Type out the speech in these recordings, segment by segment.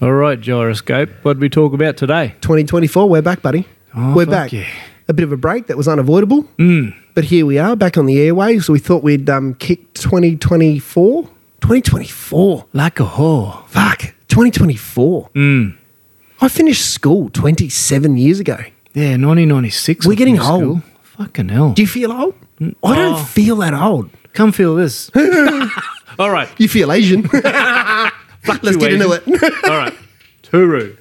All right, Gyroscope. What did we talk about today? 2024, we're back, buddy. Oh, we're fuck back. yeah. A bit of a break that was unavoidable, Hmm, but here we are back on the airwaves. We thought we'd um, kick 2024. 2024. Like a whore. Fuck. 2024. Hmm. I finished school 27 years ago. Yeah, 1996. We're I getting finished old. school. Fucking hell. Do you feel old? I don't Oh. feel that old. Come feel this. All right. You feel Asian. Let's get into it. All right. Turu.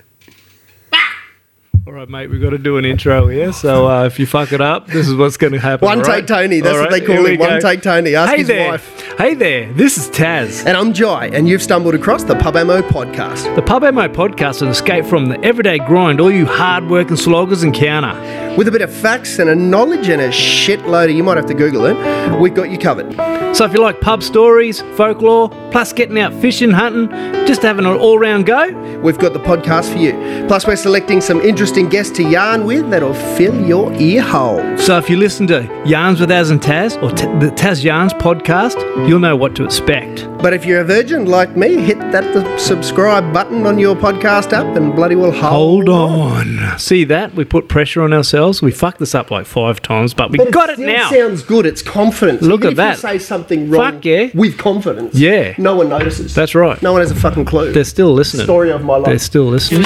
All right, mate, we've got to do an intro here. So uh, if you fuck it up, this is what's going to happen. One all right? take Tony, that's All what they call here him, we one take Tony. Ask hey his there. wife. Hey there. This is Taz. And I'm Jai, and you've stumbled across the Pub Ammo podcast. The Pub Ammo podcast is an escape from the everyday grind all you hard-working sloggers encounter. With a bit of facts and a knowledge and a shitload of, you might have to Google it, we've got you covered. So if you like pub stories, folklore, plus getting out fishing, hunting, just having an all-round go, We've got the podcast for you. Plus, we're selecting some interesting guests to yarn with that'll fill your ear holes. so if you listen to Yarns with Az and Taz or t- the Taz Yarns podcast, you'll know what to expect. But if you're a virgin like me, hit that the subscribe button on your podcast app and bloody well hold. Hold on. See that? We put pressure on ourselves. We fucked this up like five times, but we But got it still now. sounds good. It's confidence. Look Even at if that. You say something wrong. Fuck yeah. With confidence. Yeah. No one notices. That's right. No one has a fucking clue. They're still listening. Story of my life. They're still listening.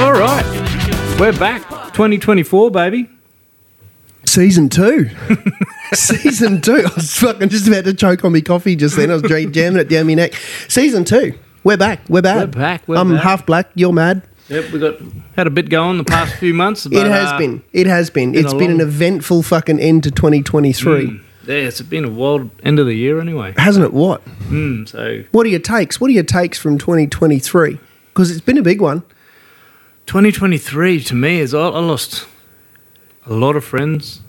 All right. We're back. 2024, baby. Season two. Season two. I was fucking just about to choke on my coffee just then. I was dra- jamming it down my neck. Season two. We're back. We're back. We're back, we're I'm back. half black. You're mad. Yep, we got had a bit going the past few months. But, it has uh, been. It has been. It's a been an long- Mm. eventful fucking end to 2023. Yeah, it's been a wild end of the year anyway. Hasn't it? What? Mm, so What are your takes? What are your takes from 2023? Because it's been a big one. 2023 to me is I, I lost a lot of friends.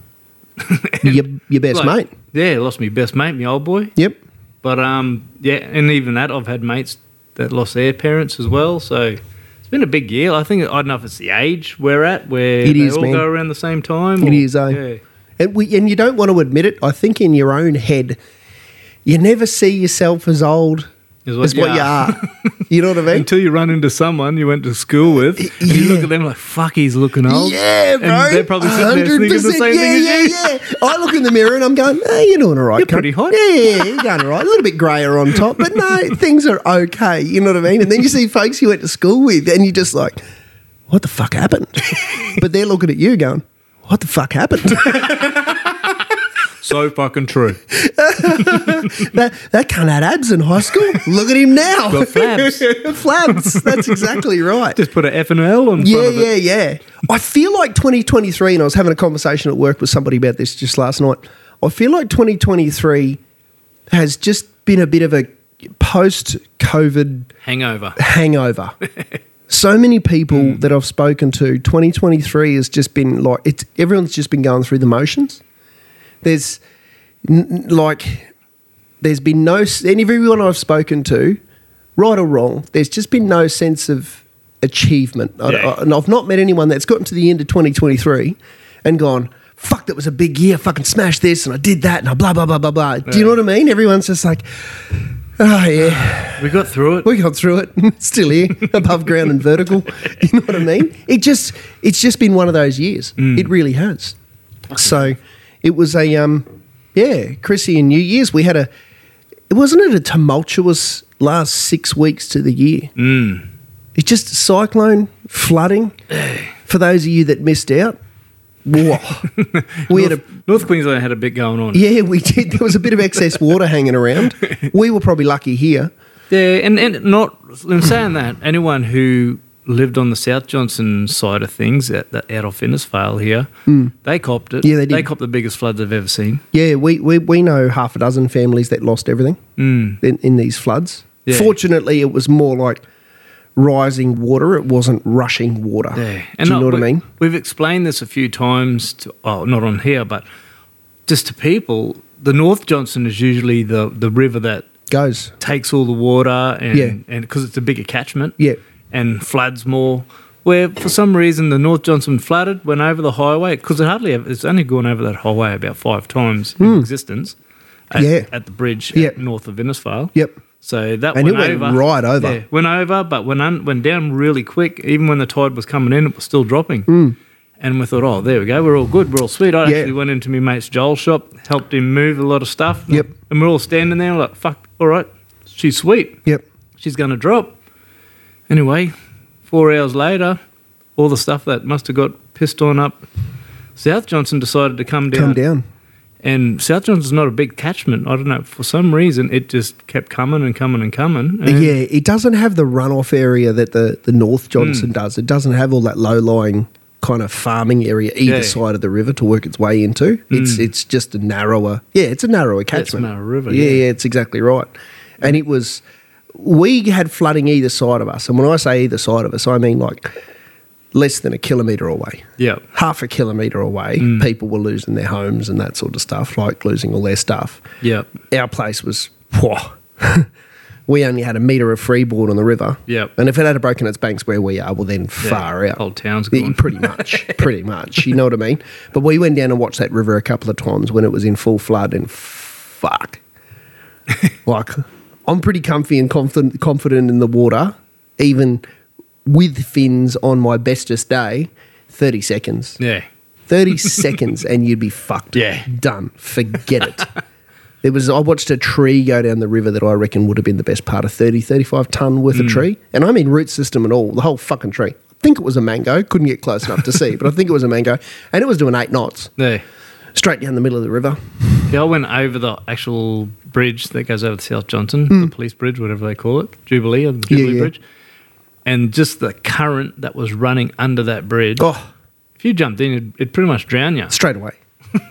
Your, your best Like, mate. Yeah, lost my best mate, my old boy. Yep. But um, yeah, and even that, I've had mates that lost their parents as well. So it's been a big year. I think I don't know if it's the age we're at where It they is, all man. go around the same time. It is, eh? Yeah. And, we, and you don't want to admit it. I think in your own head, you never see yourself as old As what as you what you are. are. You know what I mean? Until you run into someone you went to school with, and you look at them like, fuck, he's looking old. Yeah, bro. Oh, And they're probably sitting there thinking the 100%. same yeah, thing as yeah, you. Yeah, I look in the mirror and I'm going, hey, you're doing all right. You're cunt." pretty hot. Yeah, yeah, yeah, you're going all right. A little bit grayer on top, but no, things are okay. You know what I mean? And then you see folks you went to school with and you're just like, what the fuck happened? but they're looking at you going, what the fuck happened? So fucking true. that, that cunt had abs in high school. Look at him now. Got flabs. flabs. That's exactly right. Just put an F and L on Yeah, front of it. yeah, yeah. I feel like 2023, and I was having a conversation at work with somebody about this just last night. I feel like 2023 has just been a bit of a post COVID Hangover. hangover. so many people that I've spoken to, 2023 has just been like, it's, everyone's just been going through the motions. There's n- n- like, there's been no, s- and everyone I've spoken to, right or wrong, there's just been no sense of achievement. I- Yeah. I- and I've not met anyone that's gotten to the end of 2023 and gone, fuck, that was a big year, fucking smash this, and I did that, and I blah, blah, blah, blah, blah. Do you know what I mean? Everyone's just like, oh, yeah. We got through it. We got through it. Still here, above ground and vertical. You know what I mean? It just it's just been one of those years. It really has. So it was a um yeah, Chrissy and New Year's. We had a wasn't it a tumultuous last six weeks to the year? Mm. Hmm. It's just cyclone, flooding. For those of you that missed out, whoa. we had a North, North Queensland had a bit going on. yeah, we did. There was a bit of excess water hanging around. We were probably lucky here. Yeah, and, and not in saying that, anyone who lived on the South Johnson side of things, at the, out of Innisfail here, they copped it. Hmm. Yeah, they did. They copped the biggest floods I've ever seen. Yeah, we, we, we know half a dozen families that lost everything in, in these floods. Yeah. Fortunately, it was more like rising water, it wasn't rushing water. Do you know what I we- mean? We've explained this a few times. To, oh, not on here, but just to people, the North Johnson is usually the the river that Goes. takes all the water, and Yeah. and because it's a bigger catchment. Yeah. and floods more. Where for some reason the North Johnson flooded, went over the highway because it hardly ever, it's only gone over that highway about five times in existence. At, Hmm. Yeah. at the bridge Yeah. at north of Innisfail. Yep. So that And it went went over. right over. Yeah, went over, but went, un- went down really quick. Even when the tide was coming in, it was still dropping. And we thought, oh, there we go. We're all good. We're all sweet. I Hmm. Yeah. actually went into my mate's Joel's shop, helped him move a lot of stuff. Yep. And we're all standing there like, fuck, all right, she's sweet. Yep. She's going to drop. Anyway, four hours later, all the stuff that must have got pissed on up South Johnson decided to come down. Come down. And South Johnson's not a big catchment. I don't know. For some reason, it just kept coming and coming and coming. And yeah, it doesn't have the runoff area that the, the North Johnson Mm. does. It doesn't have all that low lying kind of farming area either Yeah. Mm. side of the river to work its way into. It's it's just a narrower. Yeah, it's a narrower a catchment. narrow river, Yeah, yeah. yeah, it's exactly right. And it was we had flooding either side of us, and when I say either side of us, I mean like less than a kilometre away. Yeah. half a kilometre away, Mm. people were losing their homes and that sort of stuff, like losing all their stuff Yeah. our place was whoa. we only had a meter of freeboard on the river. Yep. And if it had broken its banks where we are, well then far out. whole town's Yeah, gone. Pretty much. pretty much. You know what I mean? But we went down and watched that river a couple of times when it was in full flood and fuck. like I'm pretty comfy and confident confident in the water, even with fins on my bestest day, thirty seconds. Yeah. 30 seconds and you'd be fucked. Yeah. Done. Forget it. There was I watched a tree go down the river that I reckon would have been the best part of 30, 35 ton worth of tree. And I mean root system and all, the whole fucking tree. I think it was a mango. Couldn't get close enough to see, but I think it was a mango. And it was doing eight knots Yeah. straight down the middle of the river. Yeah, I went over the actual bridge that goes over to South Johnson, the police bridge, whatever they call it, Jubilee or the Hmm. Yeah, Jubilee yeah. Bridge. And just the current that was running under that bridge. Oh, If you jumped in, it'd, it'd pretty much drown you. straight away.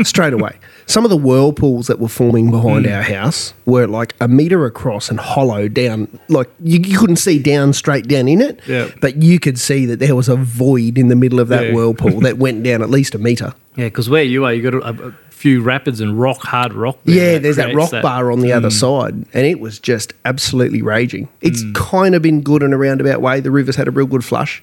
straight away. Some of the whirlpools that were forming behind Mm. our house were like a meter across and hollow down. Like you, you couldn't see down straight down in it, Yeah. but you could see that there was a void in the middle of that Yeah. whirlpool that went down at least a meter. Yeah, because where you are, you got a, a few rapids and rock, hard rock. there Yeah, there's that creates Mm. rock bar on the other side, and it was just absolutely raging. It's Mm. kind of been good in a roundabout way. The river's had a real good flush.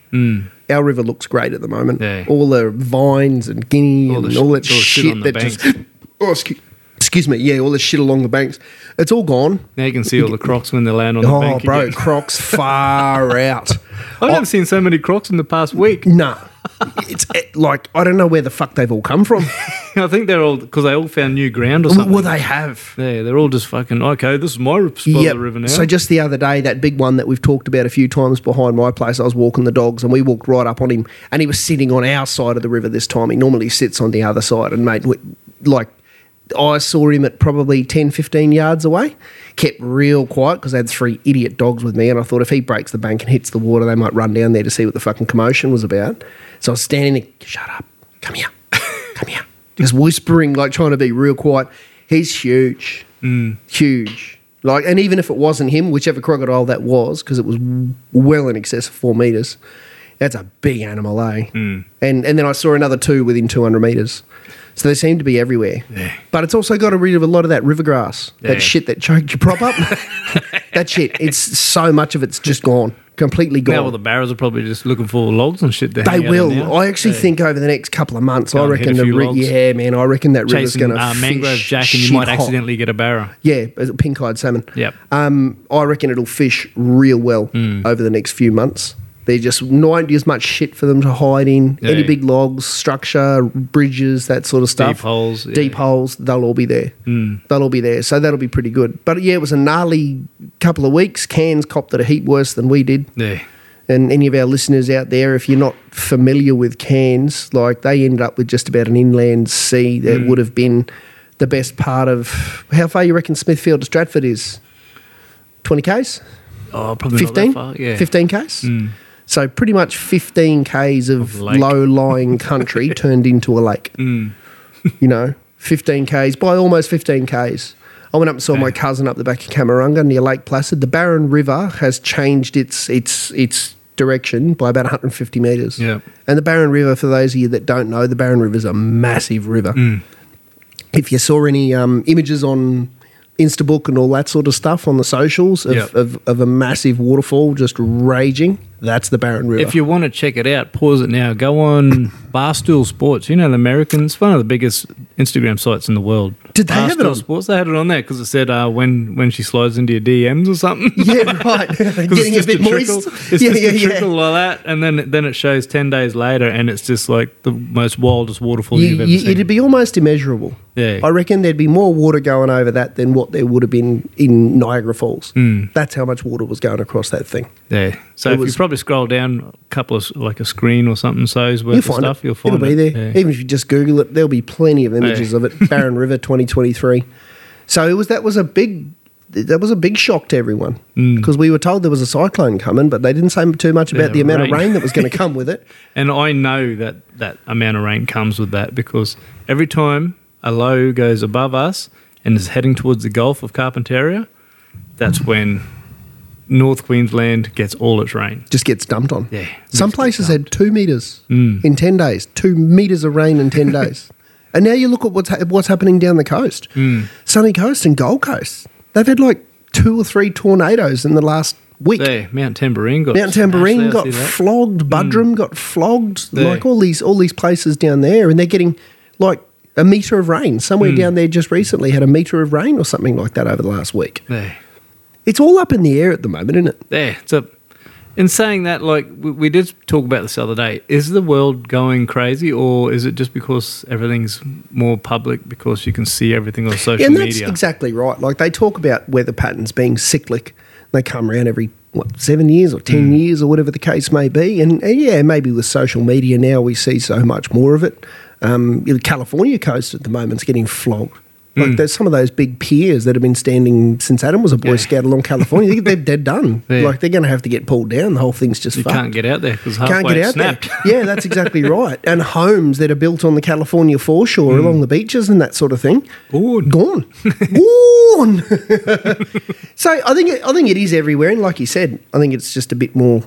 Our river looks great at the moment. Mm. Yeah. All the vines and guinea All the and sh- all that all the shit shit on the that just. Oh, excuse, excuse me. Yeah, all the shit along the banks. It's all gone. Now you can see all the crocs when they land on the Oh, bank. bro, again. crocs far out. I haven't seen so many crocs in the past week. Nah. It's it, like, I don't know where the fuck they've all come from. I think they're all because they all found new ground or something. well, they have. Yeah, they're all just fucking okay. This is my spot Yep. of the river now. So just the other day, that big one that we've talked about a few times behind my place, I was walking the dogs and we walked right up on him, and he was sitting on our side of the river this time. He normally sits on the other side, and mate, we- like I saw him at probably 10, 15 yards away. Kept real quiet because I had three idiot dogs with me, and I thought if he breaks the bank and hits the water, they might run down there to see what the fucking commotion was about. So I was standing there, shut up, come here, come here, just whispering, like trying to be real quiet. He's huge, Mm. huge. Like, and even if it wasn't him, whichever crocodile that was, because it was w- well in excess of four meters, that's a big animal, eh? Mm. And and then I saw another two within two hundred meters, so they seem to be everywhere. Yeah. But it's also got rid of a lot of that river grass, Yeah. that shit that choked your prop up. that shit, it's so much of it's just gone, completely gone. now all the barrows are probably just looking for logs and shit. to They hang out in will. now. I actually Yeah. think over the next couple of months, Go I and hit reckon a the few ri- logs. yeah, man, I reckon that river's chasing going to uh, mangrove jack, and you might accidentally get a barrow. yeah, pink eyed salmon. Yep. Mm. Um, I reckon it'll fish real well over the next few months. There's just not as much shit for them to hide in. Yeah. Any big logs, structure, bridges, that sort of stuff. holes, yeah. Mm. Deep holes, they'll all be there. They'll all be there. So that'll be pretty good. But yeah, it was a gnarly couple of weeks. Cairns copped it a heap worse than we did Yeah, and any of our listeners out there, if you're not familiar with Cairns, like they ended up with just about an inland sea that Mm. would have been the best part of how far you reckon Smithfield to Stratford is? 20 Ks? oh, probably 15? Not that far. Yeah, Mm. 15 Ks? So pretty much 15 Ks of, Of lake. low lying country turned into a lake. Hmm. you know, 15 Ks, by almost 15 Ks. I went up and saw my cousin up the back of Camarunga near Lake Placid. The Barron River has changed its its its direction by about 150 metres. Yeah. And the Barron River, for those of you that don't know, the Barron River is a massive river. Mm. If you saw any um, images on Instabook and all that sort of stuff on the socials of, Yeah. of, of a massive waterfall just raging, That's the Barron River. If you want to check it out, pause it now. Go on Barstool Sports. You know, the Americans, it's one of the biggest Instagram sites in the world. Did they have it Barstool on? Sports? They had it on there because it said uh, when when she slides into your DMs or something. yeah, right. 'Cause Getting a it's just bit trickle. moist. It's yeah, just yeah, a yeah. trickle like that, and then then it shows ten days later, and it's just like the most wildest waterfall you, You, have ever you, seen. it'd be almost immeasurable. Yeah. I reckon there'd be more water going over that than what there would have been in Niagara Falls. Mm. That's how much water was going across that thing. yeah, so it if you was- probably scroll down a couple of s- like a screen or something, so's worth You'll of find stuff, it. you'll find It'll it. be there. Yeah. Even if you just Google it, there'll be plenty of images Yeah. of it. Barron River 2023. So it was that was a big that was a big shock to everyone Mm. because we were told there was a cyclone coming, but they didn't say too much about Yeah, the amount rain. of rain that was going to come with it. And I know that that amount of rain comes with that because every time a low goes above us and is heading towards the Gulf of Carpentaria, that's when North Queensland gets all its rain. Just gets dumped on. Yeah, Some just get Mm. places had two meters in ten days. Two meters of rain in ten days. And now you look at what's ha- what's happening down the coast, Mm. sunny coast and Gold Coast. They've had like two or three tornadoes in the last week. There, Mount Tambourine got Mount smashed there, Tambourine I got see that. Mm. flogged. Budrum got flogged. Yeah. Like all these all these places down there, and they're getting like a meter of rain. Mm. Somewhere down there just recently had a meter of rain or something like that over the last week. there. It's all up in the air at the moment, isn't it? There, it's a. In saying that, like we, we did talk about this the other day, is the world going crazy, or is it just because everything's more public because you can see everything on social Yeah, and that's media? exactly right. Like they talk about weather patterns being cyclic. They come around every what seven years or Hmm. ten years or whatever the case may be. And, and yeah, maybe with social media now we see so much more of it. Um, the California coast at the moment's getting flogged. Like there's some of those big piers that have been standing since Adam was a Boy Hmm. Yeah. Scout along California. they- they're dead done. Yeah. Like they're going to have to get pulled down. The whole thing's just you fucked can't get out there because halfway it snapped. there. Yeah, that's exactly right. And homes that are built on the California foreshore Hmm. along the beaches and that sort of thing. Gone. Gone. Gone. so I think it, I think it is everywhere, and like you said, I think it's just a bit more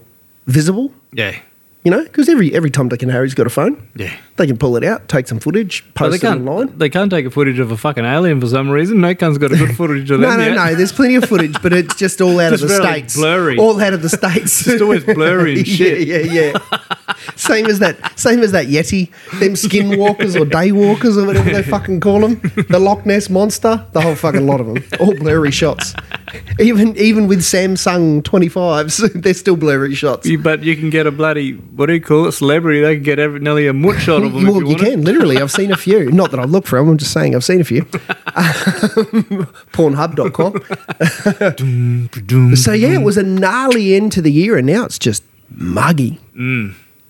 visible. Yeah, You know, because every every Tom Dick and Harry's got a phone. yeah. They can pull it out, take some footage, But they post it can't. online. They can't take a footage of a fucking alien for some reason. No cunt's got a good footage of No, them. no, yet. no. There's plenty of footage, but it's just all out Just of the really states. blurry. All out of the states. It's always blurry and shit. Yeah, yeah, yeah. same as that. Same as that Yeti. Them skinwalkers or daywalkers or whatever they fucking call them. The Loch Ness monster. The whole fucking lot of them. All blurry shots. Even even with Samsung 25s, they're still blurry shots. You- but you can get a bloody what do you call it? Celebrity. They can get every, nearly a mutt shot of them. Well, if you, you, want can It. literally. I've seen a few. Not that I've looked for them. I'm just saying I've seen a few. Um, Pornhub.com. So Mm-hmm. yeah, it was a gnarly end to the year, and now it's just muggy.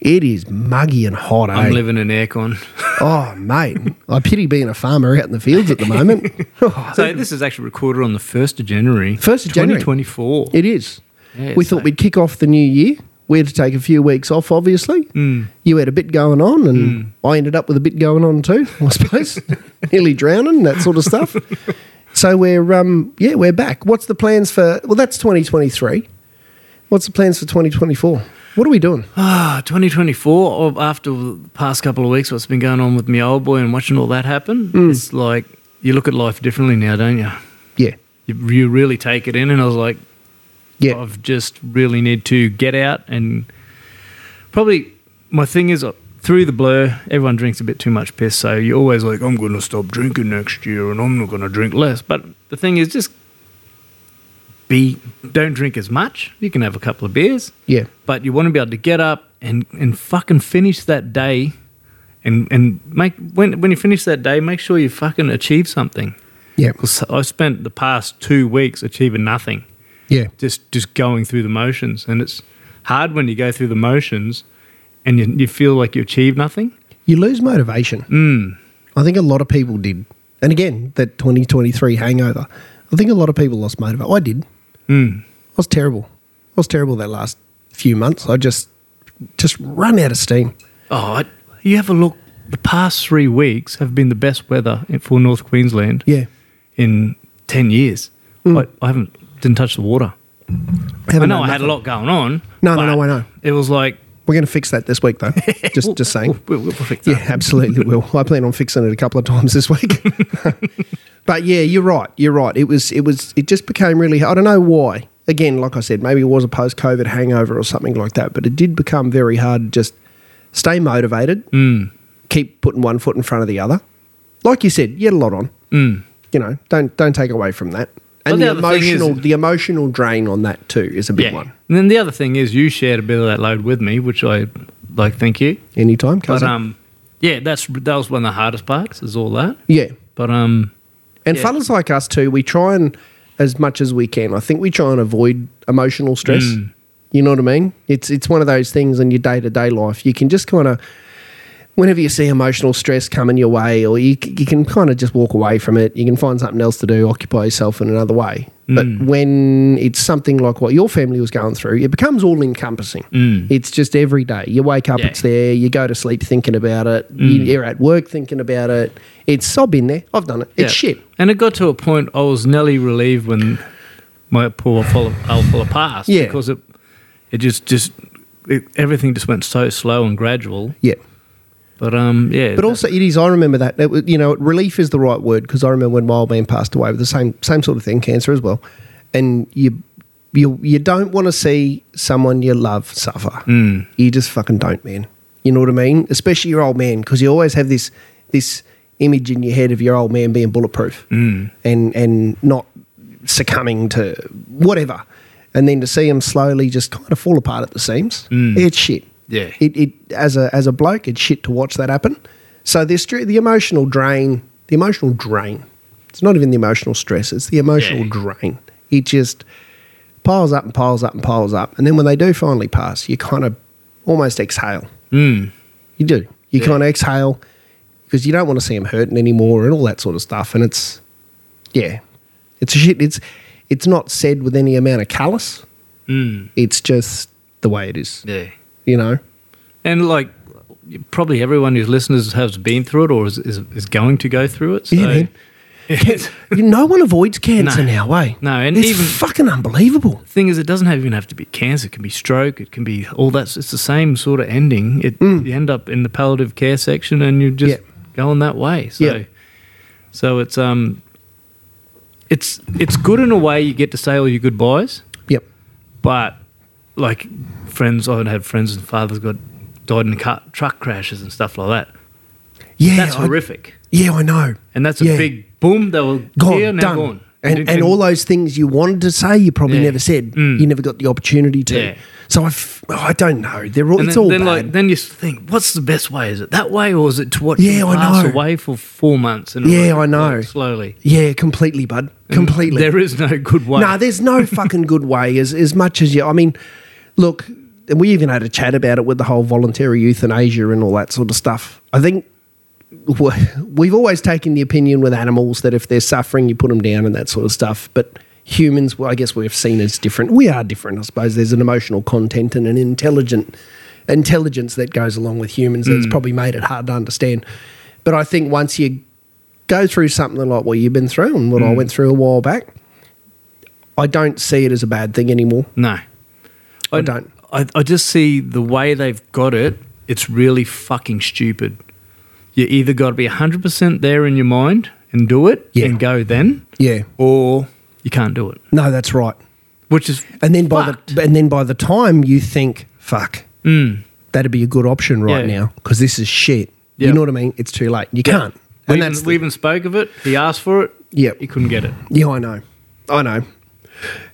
It is muggy and hot. Mm. I'm eh? living in aircon. oh mate, I pity being a farmer out in the fields at the moment. So this is actually recorded on the first of January. 1st of January. 2024. it is. Yeah, we it's thought like- we'd kick off the new year. We had to take a few weeks off, obviously. Mm. You had a bit going on, and I ended up with a bit going on too. I suppose nearly drowning, that sort of stuff. so we're um yeah we're back. What's the plans for? Well, that's 2023. What's the plans for 2024? What are we doing? Ah, 2024, or after the past couple of weeks, what's been going on with me old boy and watching all that happen, it's like you look at life differently now, don't you? Yeah, you? You really take it in, and I was like, yeah. I've just really need to get out and probably my thing is uh, through the blur, everyone drinks a bit too much piss. So you're always like, I'm going to stop drinking next year and I'm not going to drink less. But the thing is, just be, don't drink as much. You can have a couple of beers, Yeah. but you want to be able to get up and, and fucking finish that day. And, and make when, when you finish that day, make sure you fucking achieve something. Yeah. 'Cause I spent the past two weeks achieving nothing Yeah. just just going through the motions and it's hard when you go through the motions and you, you feel like you achieve nothing You lose motivation. mm. I think a lot of people did. And again, that 2023 hangover. I think a lot of people lost motivation. I did. Mm. I was terrible. I was terrible that last few months. I just just run out of steam. oh I, you have a look the past three weeks have been the best weather in- for north queensland Yeah. in 10 years I, I haven't didn't touch the water i Haven't know done i had a nothing. lot going on No, no, but no, I know. it was like We're going to fix that this week, though. just just saying. we'll, we'll fix Yeah, that. absolutely will. I plan on fixing it a couple of times this week. but yeah, you're right. You're right. It was it was it just became really I don't know why. again, like I said, maybe it was a post COVID hangover or something like that, but it did become very hard to just stay motivated, Mm. keep putting one foot in front of the other. Like you said, you had a lot on. Mm. You know, don't don't take away from that. But And the the, other thing is- emotional the emotional drain on that too is a big one. And then the other thing is, you shared a bit of that load with me, which I like. Thank you. Anytime, But cousin. um, yeah, that's that was one of the hardest parts. Is all that. yeah. But um, And Yeah. fellas like us too, we try and as much as we can. I think we try and avoid emotional stress. Mm. You know what I mean? It's it's one of those things in your day to day life. You can just kind of whenever you see emotional stress coming your way, or you c- you can kind of just walk away from it. You can find something else to do, occupy yourself in another way. Mm. But when it's something like what your family was going through, it becomes all encompassing. It's just every day. You wake up, Mm. Yeah. Mm. it's there. You go to sleep thinking about it. You, you're at work thinking about it. It's sob in there. I've done it. It's yeah. shit. And it got to a point I was nearly relieved when my poor fella, old fella passed. Yeah. Because it, it just just it, everything just went so slow and gradual. Yeah. But um, yeah. But also, it is. I remember that. It was, you know, relief is the right word because I remember when my old man passed away with the same same sort of thing, cancer as well. And you you you don't want to see someone you love suffer. Mm. You just fucking don't, man. You know what I mean? Especially your old man because you always have this this image in your head of your old man being bulletproof and and not succumbing to whatever. And then to see him slowly just kind of fall apart at the seams, it's shit. Mm. Yeah. It, it as a as a bloke, it's shit to watch that happen. So the stre- the emotional drain, the emotional drain. It's not even the emotional stress; it's the emotional Yeah. drain. It just piles up and piles up and piles up, and then when they do finally pass, you kind of almost exhale. mm, You do. You Yeah. kind of exhale because you don't want to see them hurting anymore and all that sort of stuff. And it's yeah, it's a shit. It's it's not said with any amount of callous. Mm, It's just the way it is. yeah. You know. And like probably everyone who's listeners has been through it or is is, is going to go through it. So. Yeah, man. It's- no one avoids cancer No. now, eh? No, and it's even- fucking unbelievable. thing is, it doesn't have, even have to be cancer. It can be stroke. It can be all that. It's the same sort of ending. It, You end up in the palliative care section, and you're just Mm. Yeah. going that way. So, Yeah. so it's um, it's it's good in a way. You get to say all your goodbyes, Yep. but like friends, I've had friends and fathers got died in car, truck crashes and stuff like that. Yeah, That's I- horrific, Yeah, I know. and that's a Yeah. big boom. They were gone, here, now done. gone. And, and, all those things you wanted to say, you probably Yeah. never said. Mm. You never got the opportunity to. Yeah. So I, f- I don't know. They're all, And it's then, all then bad. like then you think, what's the best way? Is it that way, or is it to watch Yeah, you I pass know. away for four months? And Yeah, like- I know. like slowly, yeah, completely, bud. Completely. There is no good way. No, there's no fucking good way. As as much as you, I mean, look, and we even had a chat about it with the whole voluntary euthanasia and all that sort of stuff. I think we- we've always taken the opinion with animals that if they're suffering, you put them down and that sort of stuff. But humans, well, I guess we've seen as different. We are different, I suppose. There's an emotional content and an intelligent intelligence that goes along with humans that's probably made it hard to understand. But I think once you go through something like what you've been through and what I went through a while back, I don't see it as a bad thing anymore. no, I don't. I, I just see the way they've got it. It's really fucking stupid. You either got to be hundred percent there in your mind and do it Yeah. and go then, Yeah. or you can't do it. No, that's right. Which is And then by fucked. the and then by the time you think, fuck, Mm. that'd be a good option right Yeah. now because this is shit. Yeah. You know what I mean? It's too late. You can't. We And even, that's the- we even spoke of it. He asked for it. Yep. he couldn't get it. Yeah, I know. I know.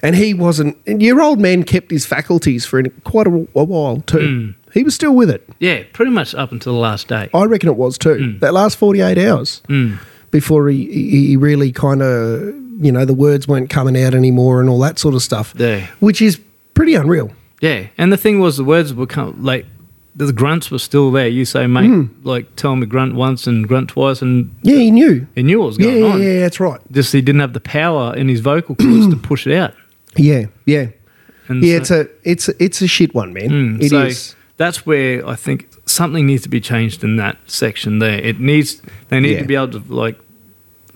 And he wasn't. And your old man kept his faculties for quite a, a while too. Hmm. He was still with it. Yeah, pretty much up until the last day. I reckon it was too. Mm. That last 48 hours before he, he, he really kind of, you know, the words weren't coming out anymore and all that sort of stuff. Yeah. Which is pretty unreal. Yeah, and the thing was, the words were come like the grunts were still there. You say, mate, like tell him to grunt once and grunt twice, and Mm. Yeah, he knew. he knew what was Yeah, going yeah, on. yeah, that's right. Just he didn't have the power in his vocal cords to push it out. Yeah, yeah. And so- Yeah, it's a it's a, it's a shit one, man. Mm, It is. so That's where I think something needs to be changed in that section there. It needs they need Yeah. to be able to like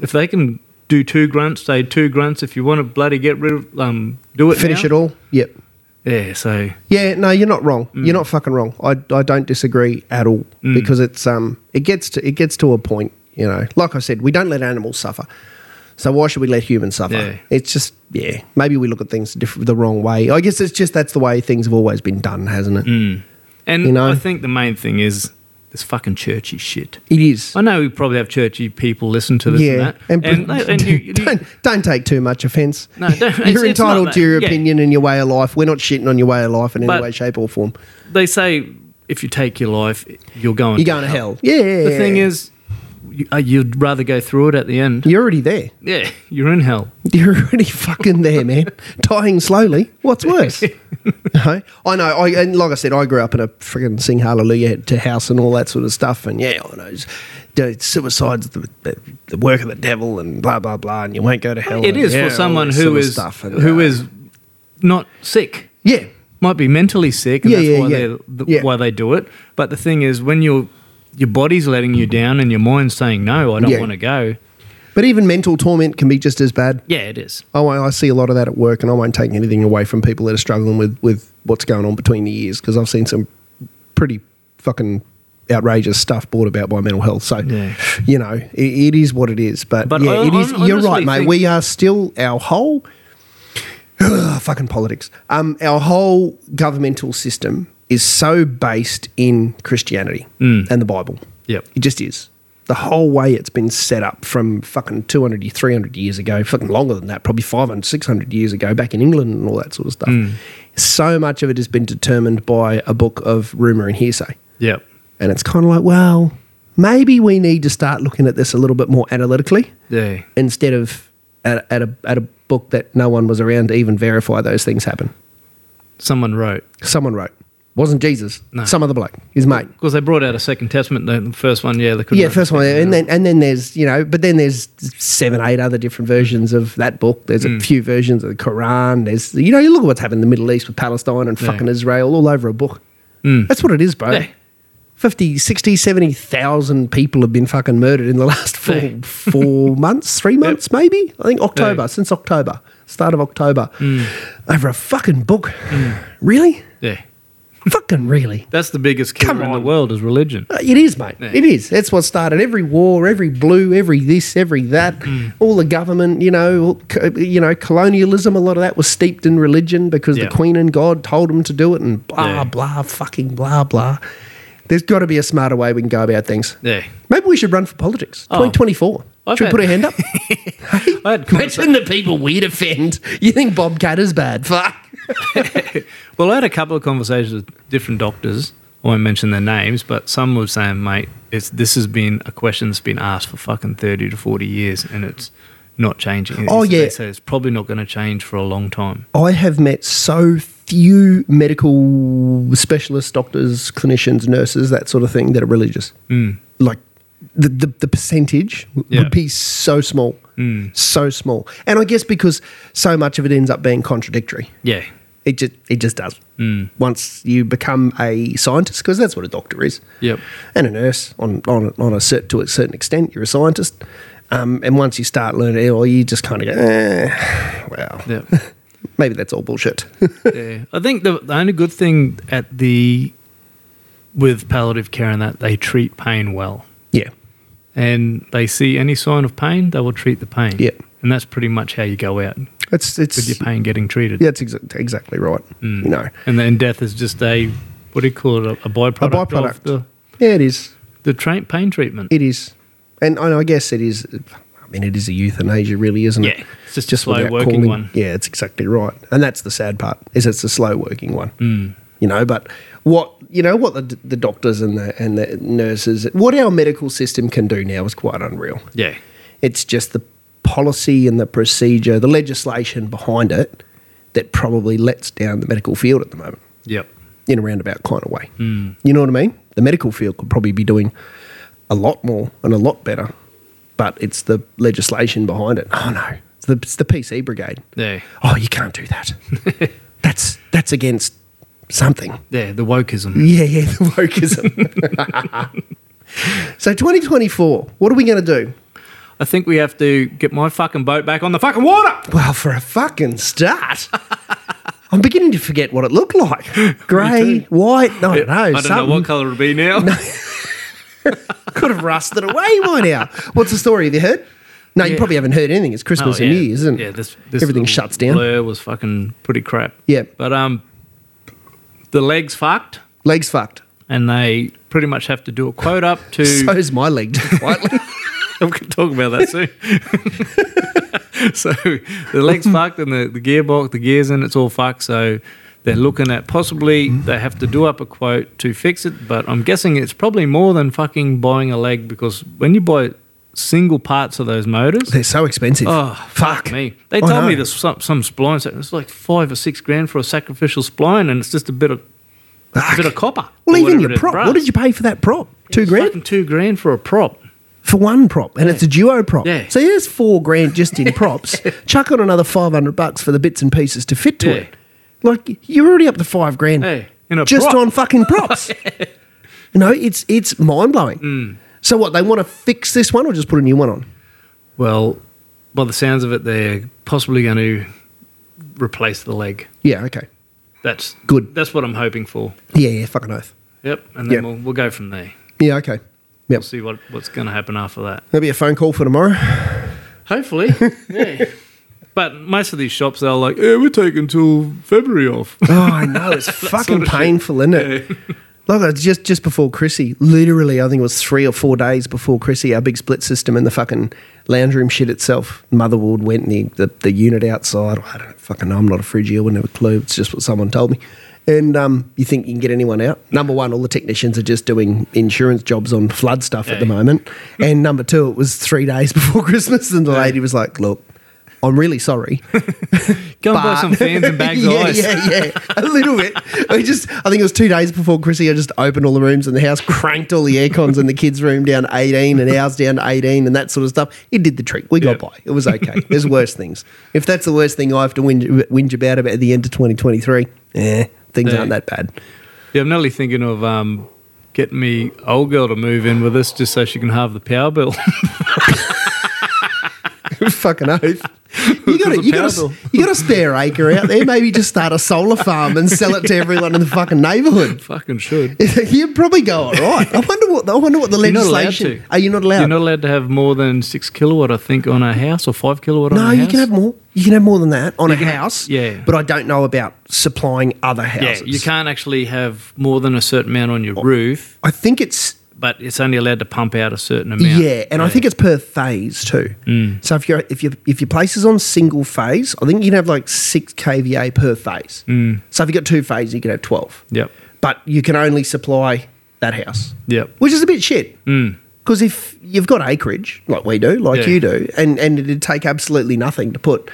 if they can do two grunts, say two grunts. If you want to bloody get rid of um, do it Finish now. it all. Yep. Yeah, so Yeah, no, you're not wrong. Mm. You're not fucking wrong. I, I don't disagree at all because it's um it gets to it gets to a point, you know. Like I said, we don't let animals suffer. So why should we let humans suffer? Yeah. It's just yeah. Maybe we look at things diff- the wrong way. I guess it's just that's the way things have always been done, hasn't it? Mm. And You know? I think the main thing is this fucking churchy shit. It is. I know we probably have churchy people listen to this yeah, and that. And, and, you, you- don't, don't take too much offence. No, don't- it's- it's you're not entitled that. to your Yeah. opinion and your way of life. We're not shitting on your way of life in any But- way, shape, or form. they say if you take your life, you're going You're going to hell. Yeah, The thing is, you, uh, you'd rather go through it at the end. you're already there. Yeah, you're in hell. You're already fucking there, man. Dying slowly. What's worse? no, I know. I and like I said, I grew up in a freaking sing hallelujah to house and all that sort of stuff. And yeah, I know. it's- the Suicide's the, the, the work of the devil and blah blah blah. And you won't go to hell. it and is yeah, all for someone this who sort of is and, who uh, is not sick. yeah. Might be mentally sick, and Yeah, that's yeah, why yeah. they the, Yeah. why they do it. But the thing is, when your your body's letting you down and your mind's saying no, I don't Yeah. want to go. But even mental torment can be just as bad. Yeah, it is. I, won't- I see a lot of that at work, and I won't take anything away from people that are struggling with, with what's going on between the years because I've seen some pretty fucking outrageous stuff brought about by mental health. So, Yeah. you know, it, it is what it is. But, But yeah, I- it is. I You're right, honestly mate. think- We are still our whole fucking politics. Um, our whole governmental system is so based in Christianity and the Bible. Mm. Yep. It just is. The whole way it's been set up from fucking 200, 300 years ago, fucking longer than that, probably 500, 600 years ago, back in England and all that sort of stuff. So much of it has been determined by a book of rumour and hearsay. Yep. And it's kind of like, well, maybe we need to start looking at this a little bit more analytically Yeah. instead of at, at, a, at a book that no one was around to even verify those things happen. Someone wrote Someone wrote. Wasn't Jesus. No. Some other bloke. His mate. because they brought out a second testament. The the first one, yeah, they couldn't Yeah, write the first one, second and then and then there's you know, but then there's seven, eight other different versions of that book. There's Mm. a few versions of the Quran. There's you know, you look at what's happened in the Middle East with Palestine and Yeah. Mm. fucking Israel all over a book. That's what it is, bro. Yeah. Fifty, sixty, seventy thousand 50, 60, 70,000 people have been fucking murdered in the last four, Yeah. four months, three months maybe. I think October, Yeah. Mm. since October, start of October, over a fucking book. Really? Yeah. fucking really? That's the biggest killer Mm. Come in the on. world is religion. Uh, It is, mate. Yeah. It is. That's what started every war, every blue, every this, every that. Mm. All the government, you know, all co- you know, colonialism. A lot of that was steeped in religion because Yeah. the Queen and God told them to do it, and blah Yeah. blah fucking blah blah. There's got to be a smarter way we can go about things. Yeah. Maybe we should run for politics. Oh. 2024. I've should we had- put a hand up? I had conversa- Imagine the people we'd offend. You think Bob Catter's bad? Fuck. Well, I had a couple of conversations with different doctors. I won't mention their names, but some were saying, "Mate, it's this has been a question that's been asked for fucking thirty to forty years, and it's not changing." And Oh, they yeah. said it's probably not going to change for a long time. I have met so few medical specialists, doctors, clinicians, nurses, that sort of thing, that are religious. Mm. Like the, the, the percentage w- Yeah. would be so small, so small. And I guess because so much of it ends up being contradictory. Yeah, It just it just does. Hmm. Once you become a scientist, because that's what a doctor is. Yep. And a nurse on on on a cert, to a certain extent, you're a scientist. Um, and once you start learning, well, you just kind of go, eh, well, yeah, maybe that's all bullshit. yeah. I think the, the only good thing at the with palliative care and that they treat pain well, yeah. and they see any sign of pain, they will treat the pain. Yeah. and that's pretty much how you go out with It's it's your pain Hmm. getting treated. yeah, it's exa- exactly right. You know, Mm. And then death is just a what do you call it? A, a byproduct. a of byproduct. the, yeah, it is. the tra- pain treatment. It is, and, and I guess it is. I mean, it is a euthanasia, really, isn't it? Yeah, it's just a slow without working one. Yeah, it's exactly right, and that's the sad part is it's a slow working one. Hmm. Mm. You know, but what you know what the, the doctors and the and the nurses, what our medical system can do now is quite unreal. yeah, It's just the policy and the procedure, the legislation behind it, that probably lets down the medical field at the moment. yep, in a roundabout kind of way. You know what I mean? The medical field could probably be doing a lot more and a lot better, but it's the legislation behind it. Oh no, it's the, it's the PC brigade. yeah, Oh, you can't do that. that's that's against something. yeah. The wokeism. Yeah, yeah, the wokeism. so 2024, what are we going to do? I think we have to get my fucking boat back on the fucking water. Well, for a fucking start. I'm beginning to forget what it looked like. Grey, white, no, I don't know. I don't something. know what colour it'll be now. could have rusted away by now. What's the story? Have you heard? No, you Yeah. probably haven't heard anything. It's Christmas Oh, and yeah. New Year's, isn't it? Yeah, this, this Everything little shuts down. Blur was fucking pretty crap. Yeah. But um, the legs fucked, Legs fucked. and they pretty much have to do a quote up to. So is my leg. Quietly. we can talk about that soon. so the legs fucked, and the, the gearbox, the gears in, it's all fucked. So they're looking at possibly Mm-hmm. they have to do up a quote to fix it. But I'm guessing it's probably more than fucking buying a leg because when you buy single parts of those motors, They're so expensive. Oh fuck. me! They I told me know. this some some spline. so It's like five or six grand for a sacrificial spline, and it's just a bit of Fuck. a bit of copper. Well, or even whatever your it is, prop. brass. What did you pay for that prop? Two It's grand? fucking Two grand for a prop. for one prop, and it's a duo prop. Yeah. So there's four grand just in props. Chuck on another five hundred bucks for the bits and pieces to fit to Yeah. it. Like you're already up to five grand Hey, in a just prop. on fucking props. You know, it's it's mind blowing. Mm. So what they want to fix this one or just put a new one on? Well, by the sounds of it, they're possibly going to replace the leg. Yeah, okay, That's Good. That's what I'm hoping for. yeah, yeah, fucking oath. Yep, and then Yep. we'll we'll go from there. Yeah, okay, yep. We'll see what what's going to happen after that. There'll be a phone call for tomorrow. Hopefully, yeah. But most of these shops, they're like, yeah, we're taking till February off. Oh, I know. It's fucking sort of shit. painful, isn't it? Like it's just just before Chrissy, literally, I think it was three or four days before Chrissy, our big split system and the fucking lounge room shit itself. Motherward went in the, the, the unit outside. I don't fucking know. I'm not a fridge. I wouldn't have a clue. It's just what someone told me. And um, you think you can get anyone out? Number one, all the technicians are just doing insurance jobs on flood stuff at the Yeah. moment. and number two, it was three days before Christmas, and the lady was like, "Look, I'm really sorry." Go and buy But- some fans and bags yeah, of ice. Yeah, yeah, a little bit. I just, I think it was two days before Chrissy. I just opened all the rooms in the house, cranked all the air cons in the kids' room down to eighteen and ours down to eighteen and that sort of stuff. It did the trick. We got Yeah. by. It was okay. There's worse things. If that's the worst thing I have to whinge, whinge about at the end of 2023, eh, things Yeah. aren't that bad. Yeah, I'm nearly thinking of um, getting me old girl to move in with us just so she can halve the power bill. Fucking oath. You got Because a, you of got Powell. a, you got a spare acre out there. Maybe just start a solar farm and sell it to everyone in the fucking neighbourhood. Fucking should. You'd probably go all right. I wonder what I wonder what the You're not allowed legislation. to. Are you not allowed? You're not allowed to have more than six kilowatt, I think, on a house or five kilowatt on no, a house. you can have more. You can have more than that on a can- house. yeah. but I don't know about supplying other houses. Oh. Yeah, you can't actually have more than a certain amount on your roof, I think it's but it's only allowed to pump out Mm. a certain yeah, amount. and I think it's per phase too. So if you're if you if your place is on single phase, I think you can have like six kVA per phase. Mm. So if you got two phases, you can have twelve. Yep. but you can only supply that house. Yep. which is a bit shit. Mm. Because if you've got acreage like we do, like Yeah. you do, and and it'd take absolutely nothing to put,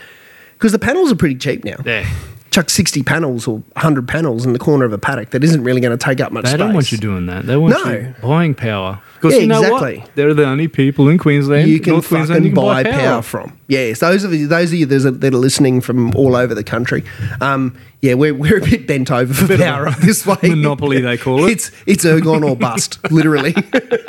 because the panels are pretty cheap now. Yeah. Chuck sixty panels or hundred panels in the corner of a paddock that isn't really going to take up much They space. don't want you doing that. They want No. you buying power. Because Yeah, you know exactly. what? They're the only people in Queensland. You can North Queensland, you fucking can buy, power. from. Yes, those of you, those of you that are, that are listening from all over the country. Um, yeah, we're, we're a bit bent over for Bit of a power up this way. monopoly, they call it. It's it's ergon or bust, literally.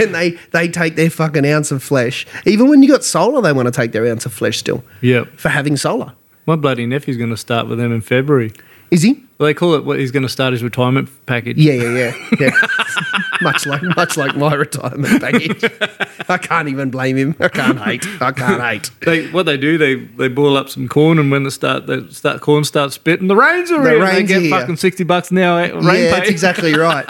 and they they take their fucking ounce of flesh. Even when you got solar, they want to take their ounce of flesh still. Yep. For having solar, My bloody nephew's going to start with them in February. is he? Well, they call it what he's going to start his retirement package. Yeah, yeah, yeah, yeah. much like much like my retirement package. I can't even blame him. I can't hate. I can't hate. They, what they do, they they boil up some corn, and when the start the start corn starts spitting, the rains are The in. They rains get are here. fucking sixty bucks an hour eh, rain yeah, pay. that's exactly right.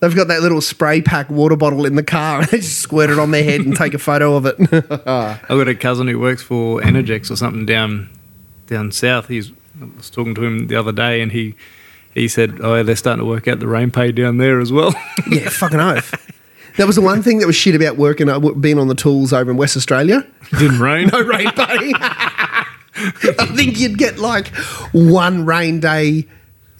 They've got that little spray pack water bottle in the car and they just squirt it on their head and take a photo of it. I've got a cousin who works for Energex or something down down south. He's I was talking to him the other day, and he he said, "Oh, they're starting to work out the rain pay down there as well." yeah, fucking oath. That was the one thing that was shit about working, uh, being on the tools over in West Australia. Didn't rain. No rain day. I think you'd get like one rain day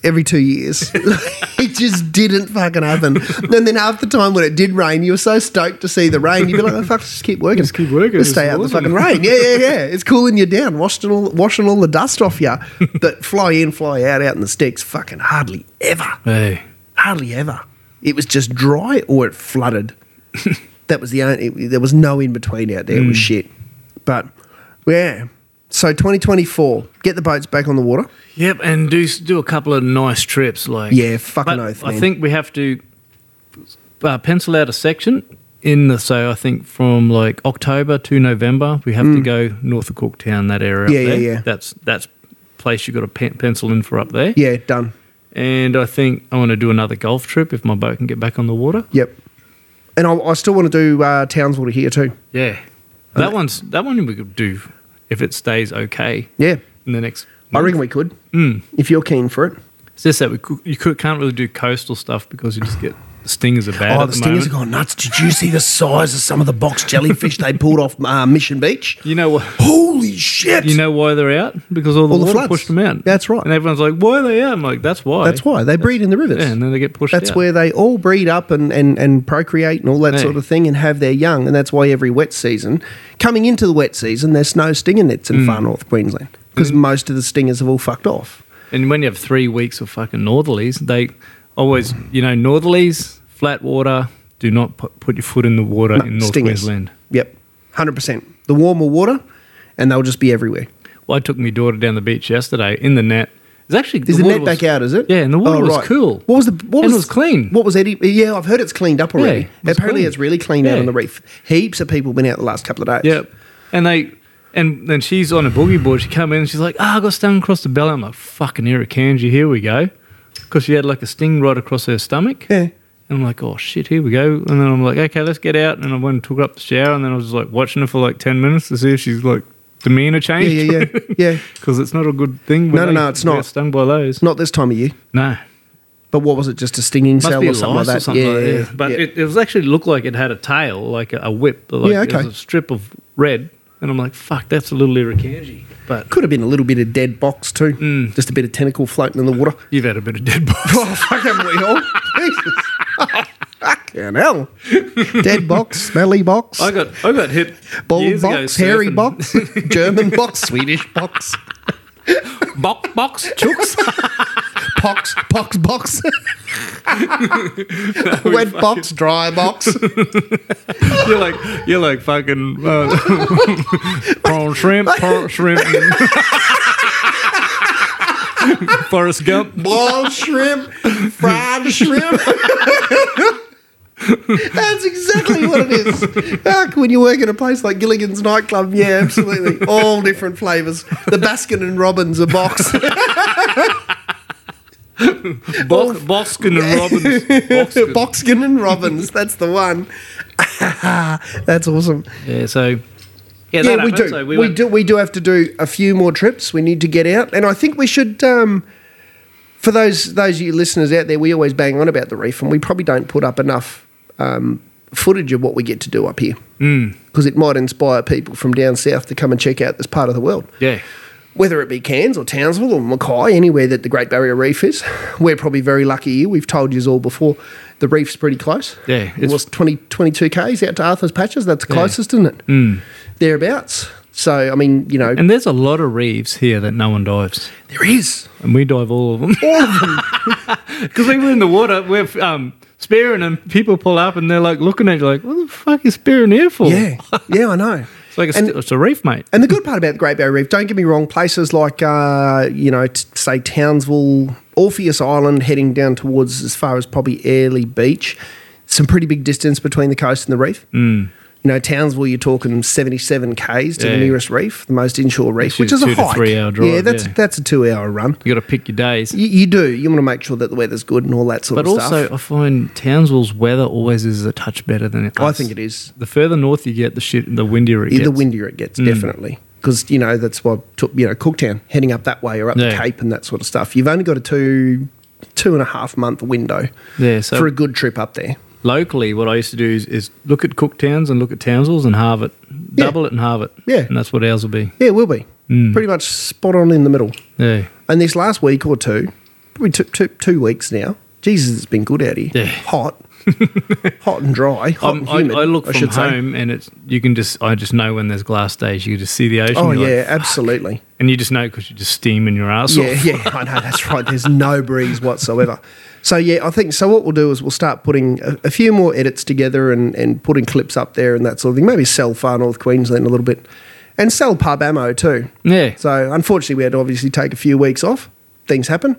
every two years. it just didn't fucking happen. And then half the time when it did rain, you were so stoked to see the rain, you'd be like, oh, fuck, just keep working. Just keep working. It's Just stay out in the awesome." fucking rain. Yeah, yeah, yeah. It's cooling you down, washing all, washing all the dust off you. But fly in, fly out, out in the sticks, fucking hardly ever. Hey, Hardly ever. It was just dry or it flooded. that was the only. There was no in between out there. It was shit. But yeah. So 2024, get the boats back on the water. yep, and do s- do a couple of nice trips, like Yeah, fucking But oath, I man. think we have to uh, pencil out a section in the so I think from like October to November we have to go north of Cooktown that area. Mm. Yeah, up yeah, there. yeah. That's that's place you got to pen- pencil in for up there. Yeah, done. And I think I want to do another golf trip if my boat can get back on the water. Yep. And I, I still want to do uh, Townsville to here too. Yeah, that one's that one we could do if it stays okay Yeah. in the next. I reckon we could if you're keen for it. It's just that we cou- you cou- can't really do coastal stuff because you just get the stingers are bad. Oh, at the the, stingers moment. are going nuts. Did you see the size of some of the box jellyfish they pulled off uh, Mission Beach? You know what? Holy shit! You know why they're out? Because all the All the water floods. pushed them out. That's right. And everyone's like, "Why are they out?" I'm like, "That's why." That's why they breed in the rivers. Yeah, and then they get pushed. that's out. where they all breed up and, and, and procreate and all that Yeah. sort of thing and have their young. And that's why every wet season, coming into the wet season, there's no stinger nets Mm. in far north Queensland because most of the stingers have all fucked off. And when you have three weeks of fucking northerlies, they always, you know, northerlies, flat water. Do not pu- put your foot in the water No, in North stingers. Queensland. Yep, 100%. The warmer water, and they'll just be everywhere. Well, I took my daughter down the beach yesterday in the net. It's actually Is the, water net was- back out? Is it? Yeah, and the water Oh, was right. cool. What was the? What And it was clean. What was Eddie? Yeah, I've heard it's cleaned up already. Yeah, it was Apparently, clean. it's really cleaned out Yeah. on the reef. Heaps of people been out the last couple of days. Yep. And they and then she's on a boogie board. She come in and she's like, "Ah, I got stung across the belly." I'm like, "Fucking Irukandji, here we go," because she had like a sting right across her stomach. Yeah. And I'm like, "Oh shit, here we go." And then I'm like, "Okay, let's get out." And I went and took her up the shower, and then I was just like watching her for like ten minutes to see if she's like demeanor Yeah, changed. yeah, yeah, yeah. Because it's not a good thing. No, no, they no, it's get not. Stung by those. Not this time of year. No, But what was it? Just a stinging must cell be or something like lice that. or something yeah, like that. yeah, But yeah. It, it was actually looked like it had a tail, like a, a whip, like Yeah, it was okay. a strip of red. And I'm like, fuck, that's a little irukandji. But could have been a little bit of dead box too. Mm. Just a bit of tentacle floating in the water. You've had a bit of dead box. Oh, fuck, haven't we all? Jesus. Fucking hell. Dead box, smelly box. I got I got hit Bald years ago box, hairy surfing. box, German box, Swedish box, box box chooks. pox, pox box, wet box, dry box. you're like you're like fucking uh, prawn shrimp, prawn shrimp. Forrest Gump. boiled shrimp, fried shrimp. That's exactly what it is. Fuck, when you work in a place like Gilligan's nightclub, yeah, absolutely. All different flavours. The Baskin and Robbins a box. Bo- Boskin and Robbins. Boskin. Boxkin and Robbins, that's the one. that's awesome. yeah, so yeah, that Yeah, we happened. do. So we went- do. We do have to do a few more trips. We need to get out, and I think we should. Um, for those those of you listeners out there, we always bang on about the reef, and we probably don't put up enough um, footage of what we get to do up here Hmm. because it might inspire people from down south to come and check out this part of the world. Yeah. Whether it be Cairns or Townsville or Mackay, anywhere that the Great Barrier Reef is, we're probably very lucky here. We've told you all before, the reef's pretty close. Yeah, It it's- was 20, 22 Ks out to Arthur's Patches. That's the closest, isn't it? Mm. Thereabouts. So, I mean, you know, And there's a lot of reefs here that no one dives. there is. And we dive all of them. All of them. Because we were in the water, we're um, spearing, and people pull up and they're like looking at you like, what the fuck is spearing here for? yeah. Yeah, I know. It's like a, And- st- it's a reef, mate. And the good part about the Great Barrier Reef, don't get me wrong, places like, uh, you know, t- say Townsville, Orpheus Island, heading down towards as far as probably Airlie Beach, some pretty big distance between the coast and the reef. Mm. You know, Townsville, you're talking 77 Ks to Yeah. the nearest reef, the most inshore reef, Which which is is a two to hike. three-hour drive, Yeah, that's yeah. that's a two hour run. You got to pick your days. You, you do. You want to make sure that the weather's good and all that sort But of also, stuff. I find Townsville's weather always is a touch better than it. Oh, I think it is. The further north you get, the shit, the windier it Yeah, gets. the windier it Mm. gets, definitely. Because you know that's what took you know Cooktown heading up that way or up the Yeah. Cape and that sort of stuff. You've only got a two two and a half month window Yeah, so- for a good trip up there. Locally, what I used to do is, is look at Cooktowns and look at Townsville's and halve it, Yeah. double it and halve it. Yeah. and that's what ours will be. Yeah, we'll be Mm. pretty much spot on in the middle. Yeah, And this last week or two, probably two, two, two weeks now. Jesus, it's been good out here. Yeah. Hot, hot and dry, hot Um, and I, humid. I look from should say. home and it's you can just I just know when there's glass days. You can just see the ocean. Oh you're like, yeah, absolutely. and you just know because you're just steaming your ass Yeah, off. yeah, I know that's right. There's no breeze whatsoever. So yeah, I think so. What we'll do is we'll start putting a, a few more edits together and and putting clips up there and that sort of thing. Maybe sell far north Queensland a little bit, and sell pub ammo too. Yeah. So unfortunately, we had to obviously take a few weeks off. Things happen.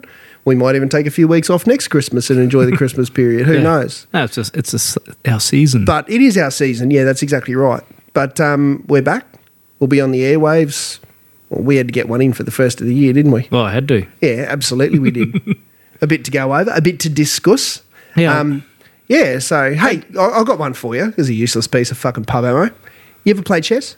We might even take a few weeks off next Christmas and enjoy the Christmas period. Who Yeah. knows? No, it's just it's just our season. But it is our season. Yeah, that's exactly right. But um, we're back. We'll be on the airwaves. Well, we had to get one in for the first of the year, didn't we? well, I had to. Yeah, absolutely, we did. a bit to go over, a bit to discuss. Um, Yeah. yeah, so, hey, I- I've got one for you. It's a useless piece of fucking pub ammo. You ever play chess?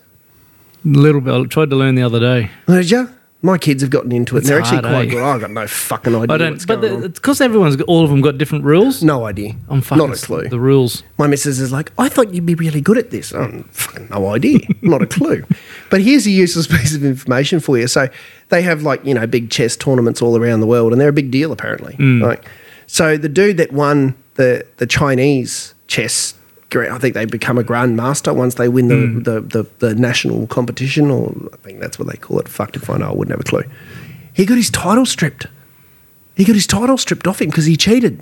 little bit. I tried to learn the other day. Oh, Did you? My kids have gotten into it. It's and they're actually hard, quite eh? good. I've got no fucking idea I what's don't. But going the, on. it's because everyone's got, all of them got different rules. No idea. I'm fucking Not a clue. The rules. My missus is like, I thought you'd be really good at this. I'm fucking no idea. Not a clue. But here's a useless piece of information for you. So they have like, you know, big chess tournaments all around the world and they're a big deal apparently. Like so the dude that won the the Chinese chess gra- I think they become a grandmaster once they win the, the, the, the national competition or I think that's what they call it. Fucked if I know, I wouldn't have a clue. He got his title stripped. He got his title stripped off him because he cheated.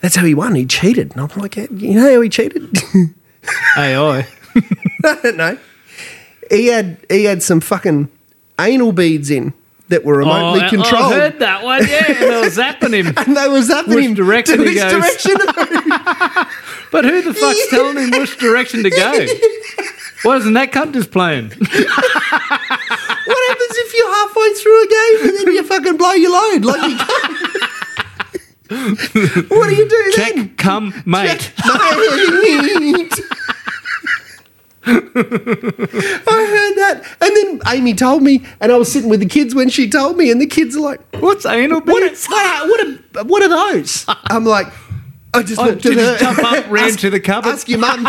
That's how he won. He cheated. And I'm like, you know how he cheated? AI. no. He had he had some fucking anal beads in that were remotely Oh, I- I controlled. heard that one. Yeah, and I was zapping him. and they was zapping Which him direction to he his goes. direction. But who the fuck's telling him which direction to go? Why isn't that cunt just playing? what happens if you're halfway through a game and then you fucking blow your load like you can't? what do you do then? Check, come, mate. Mate. I heard that, and then Amy told me, and I was sitting with the kids when she told me, and the kids are like, What's anal What beads? are, what, are, what are those? I'm like, I just I looked at just her. Oh, jump up, ran Ask- to the cupboard. Ask your mum.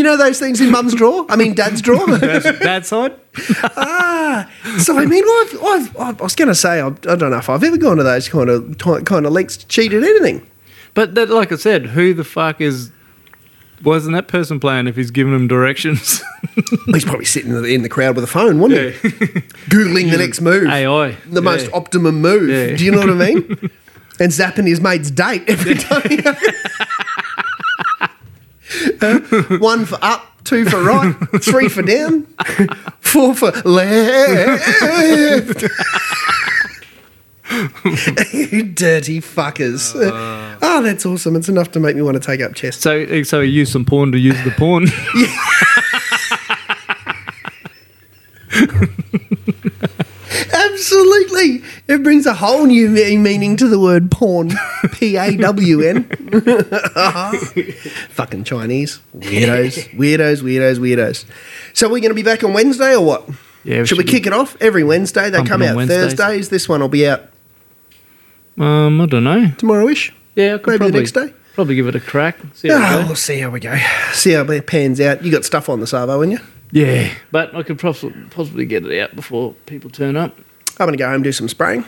you know those things in mum's drawer? I mean, dad's drawer? Bad side? ah. So, I mean, I've, I've, I've, I was going to say, I, I don't know if I've ever gone to those kind of kind of lengths to cheat at anything. But that, like I said, who the fuck is? Wasn't that person playing if he's giving him directions? He's probably sitting in the, in the crowd with a phone, wouldn't he? Googling the next move. AI. The most Yeah. optimum move. Yeah. Do you know what I mean? and zapping his mate's date every time. Uh, one for up, two for right, three for down, four for left. you dirty fuckers. oh, that's awesome. It's enough to make me want to take up chess. so, so he used some porn to use the porn. Absolutely. It brings a whole new me- meaning to the word porn. P A W N. Fucking Chinese. Weirdos. Weirdos, weirdos, weirdos. So we're going to be back on Wednesday or what? Yeah, we should we should be kick it off every Wednesday? They pumping come on out Wednesdays. Thursdays. This one will be out um, I don't know. tomorrow ish. Yeah, I could Maybe the probably next day? Probably give it a crack. See how it Oh, goes. we'll see how we go. See how it pans out. You got stuff on the Savo, haven't you? yeah, but I could possibly, possibly get it out before people turn up. I'm going to go home do some spraying.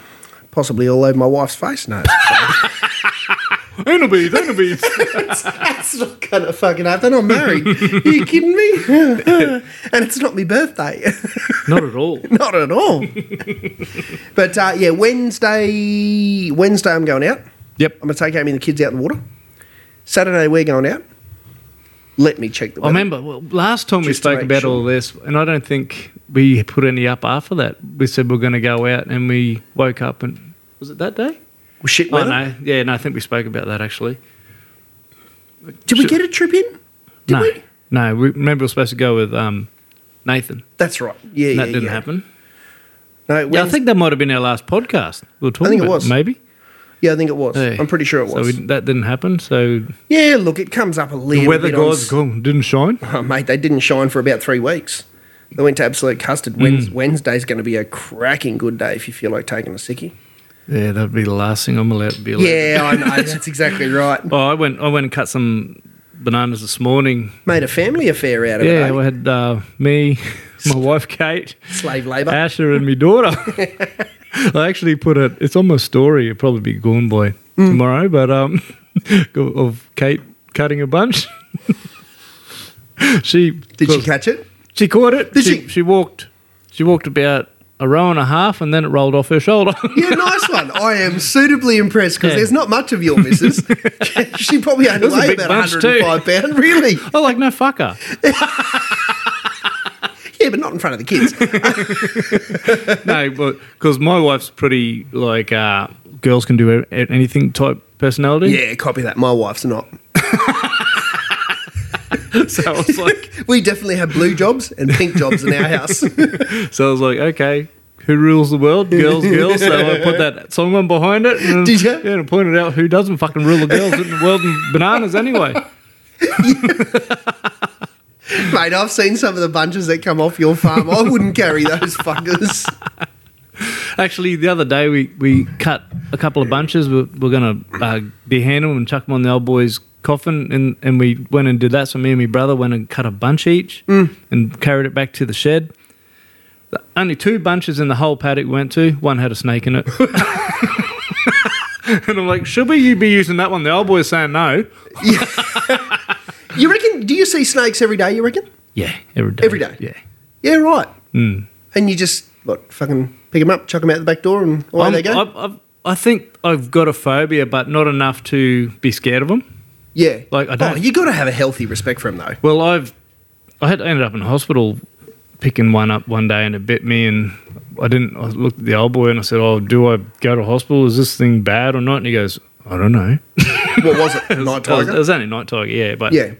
Possibly all over my wife's face. No. Anal beads, anal beads. That's not gonna fucking happen. I'm married. Are you kidding me? and it's not my birthday. Not at all. not at all. but uh, yeah, Wednesday. Wednesday, I'm going out. Yep. I'm gonna take Amy and the kids out in the water. Saturday, we're going out. Let me check the I weather. remember well, last time we Just to spoke make about sure. all this, and I don't think we put any up after that. We said we are going to go out, and we woke up and was it that day? Well, shit Oh weather. no, yeah, no. I think we spoke about that actually. Did we get a trip in? Did no, we? no. We, remember we were supposed to go with um, Nathan. That's right. Yeah, And yeah, that didn't yeah. happen. No, Yeah, I Wednes- think that might have been our last podcast. We were talking think it about was. maybe. yeah, I think it was. I'm pretty sure it So was. we, that didn't happen. So yeah, look, it comes up a little the weather bit on gods gone, didn't shine. Oh, mate, they didn't shine for about three weeks. They went to absolute custard. Wednes Hmm. Wednesday's going to be a cracking good day if you feel like taking a sickie. Yeah, that'd be the last thing I'm allowed to be. Allowed to Yeah, I know. That's exactly right. do. Oh, I went. I went and cut some bananas this morning. Made a family affair out of Yeah, it. we eh? had uh, me, my wife Kate, Slave labour. Asher, and my daughter. I actually put it. It's on my story. It'll probably be gone by tomorrow, but um, of Kate cutting a bunch. she Did she catch it? She caught it. Did she? she? walked. She walked about a row and a half, and then it rolled off her shoulder. Yeah, nice one. I am suitably impressed because Yeah. there's not much of your missus. she probably only That's a weigh big about bunch too. 105 pounds. Really? oh, like no fucker. Yeah, but not in front of the kids. no, but because my wife's pretty like uh, girls can do a- anything type personality. yeah, copy that. My wife's not. So I was like, We definitely have blue jobs and pink jobs in our house. so I was like, okay, who rules the world? Girls, girls. So I put that song on behind it. And, Did ya? Yeah, and I pointed out who doesn't fucking rule the girls in the world and bananas anyway. Mate, I've seen some of the bunches that come off your farm. I wouldn't carry those fuckers. Actually, the other day we, we cut a couple of bunches. We're, we're going to uh, dehandle them and chuck them on the old boy's coffin. And, and we went and did that. So me and my brother went and cut a bunch each Mm. and carried it back to the shed. The- Only two bunches in the whole paddock we went to. One had a snake in it. and I'm like, should we you be using that one? The old boy's saying no. You reckon? Do you see snakes every day? You reckon? Yeah, every day. Every day? Yeah. Yeah, right. Hmm. And you just what? Fucking pick them up, chuck them out the back door, and away I'm- they go. I've, I've, I think I've got a phobia, but not enough to be scared of them. yeah, like, I don't- Oh, you got to have a healthy respect for them, though. Well, I've I had ended up in hospital picking one up one day and it bit me, and I didn't. I looked at the old boy and I said, "Oh, do I go to hospital? Is this thing bad or not?" And he goes, "I don't know." What was it? Night It was, tiger. it was only night tiger, yeah. But yeah,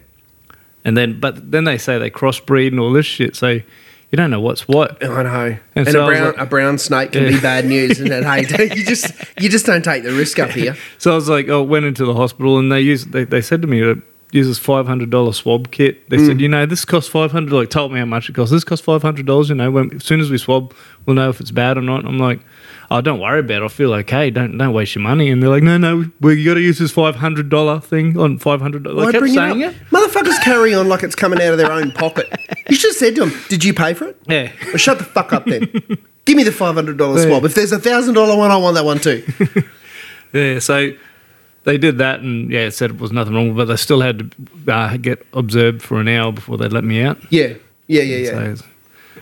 and then but then they say they crossbreed and all this shit, so you don't know what's what. I know. And, And so a I was brown like- a brown snake can Yeah. be bad news, isn't it? Hey, you just you just don't take the risk up here. So I was like, I went into the hospital and they used they, they said to me. uh Uses five hundred dollar swab kit. They Mm. said, you know, this costs five hundred. Like, told me how much it costs. This costs five hundred dollars. You know, when, as soon as we swab, we'll know if it's bad or not. I'm like, oh, don't worry about. it. I feel okay. Don't don't waste your money. And they're like, no, no, we you got to use this five hundred dollar thing on five hundred. dollars. I Why kept bring saying up? it. Motherfuckers carry on like it's coming out of their own pocket. You should have said to them, "Did you pay for it?" Yeah. Well, shut the fuck up then. Give me the five hundred dollar Yeah. swab. If there's a thousand dollar one, I want that one too. Yeah, so they did that, and yeah, it said it was nothing wrong, but they still had to uh, get observed for an hour before they let me out. Yeah, yeah, yeah, yeah. So,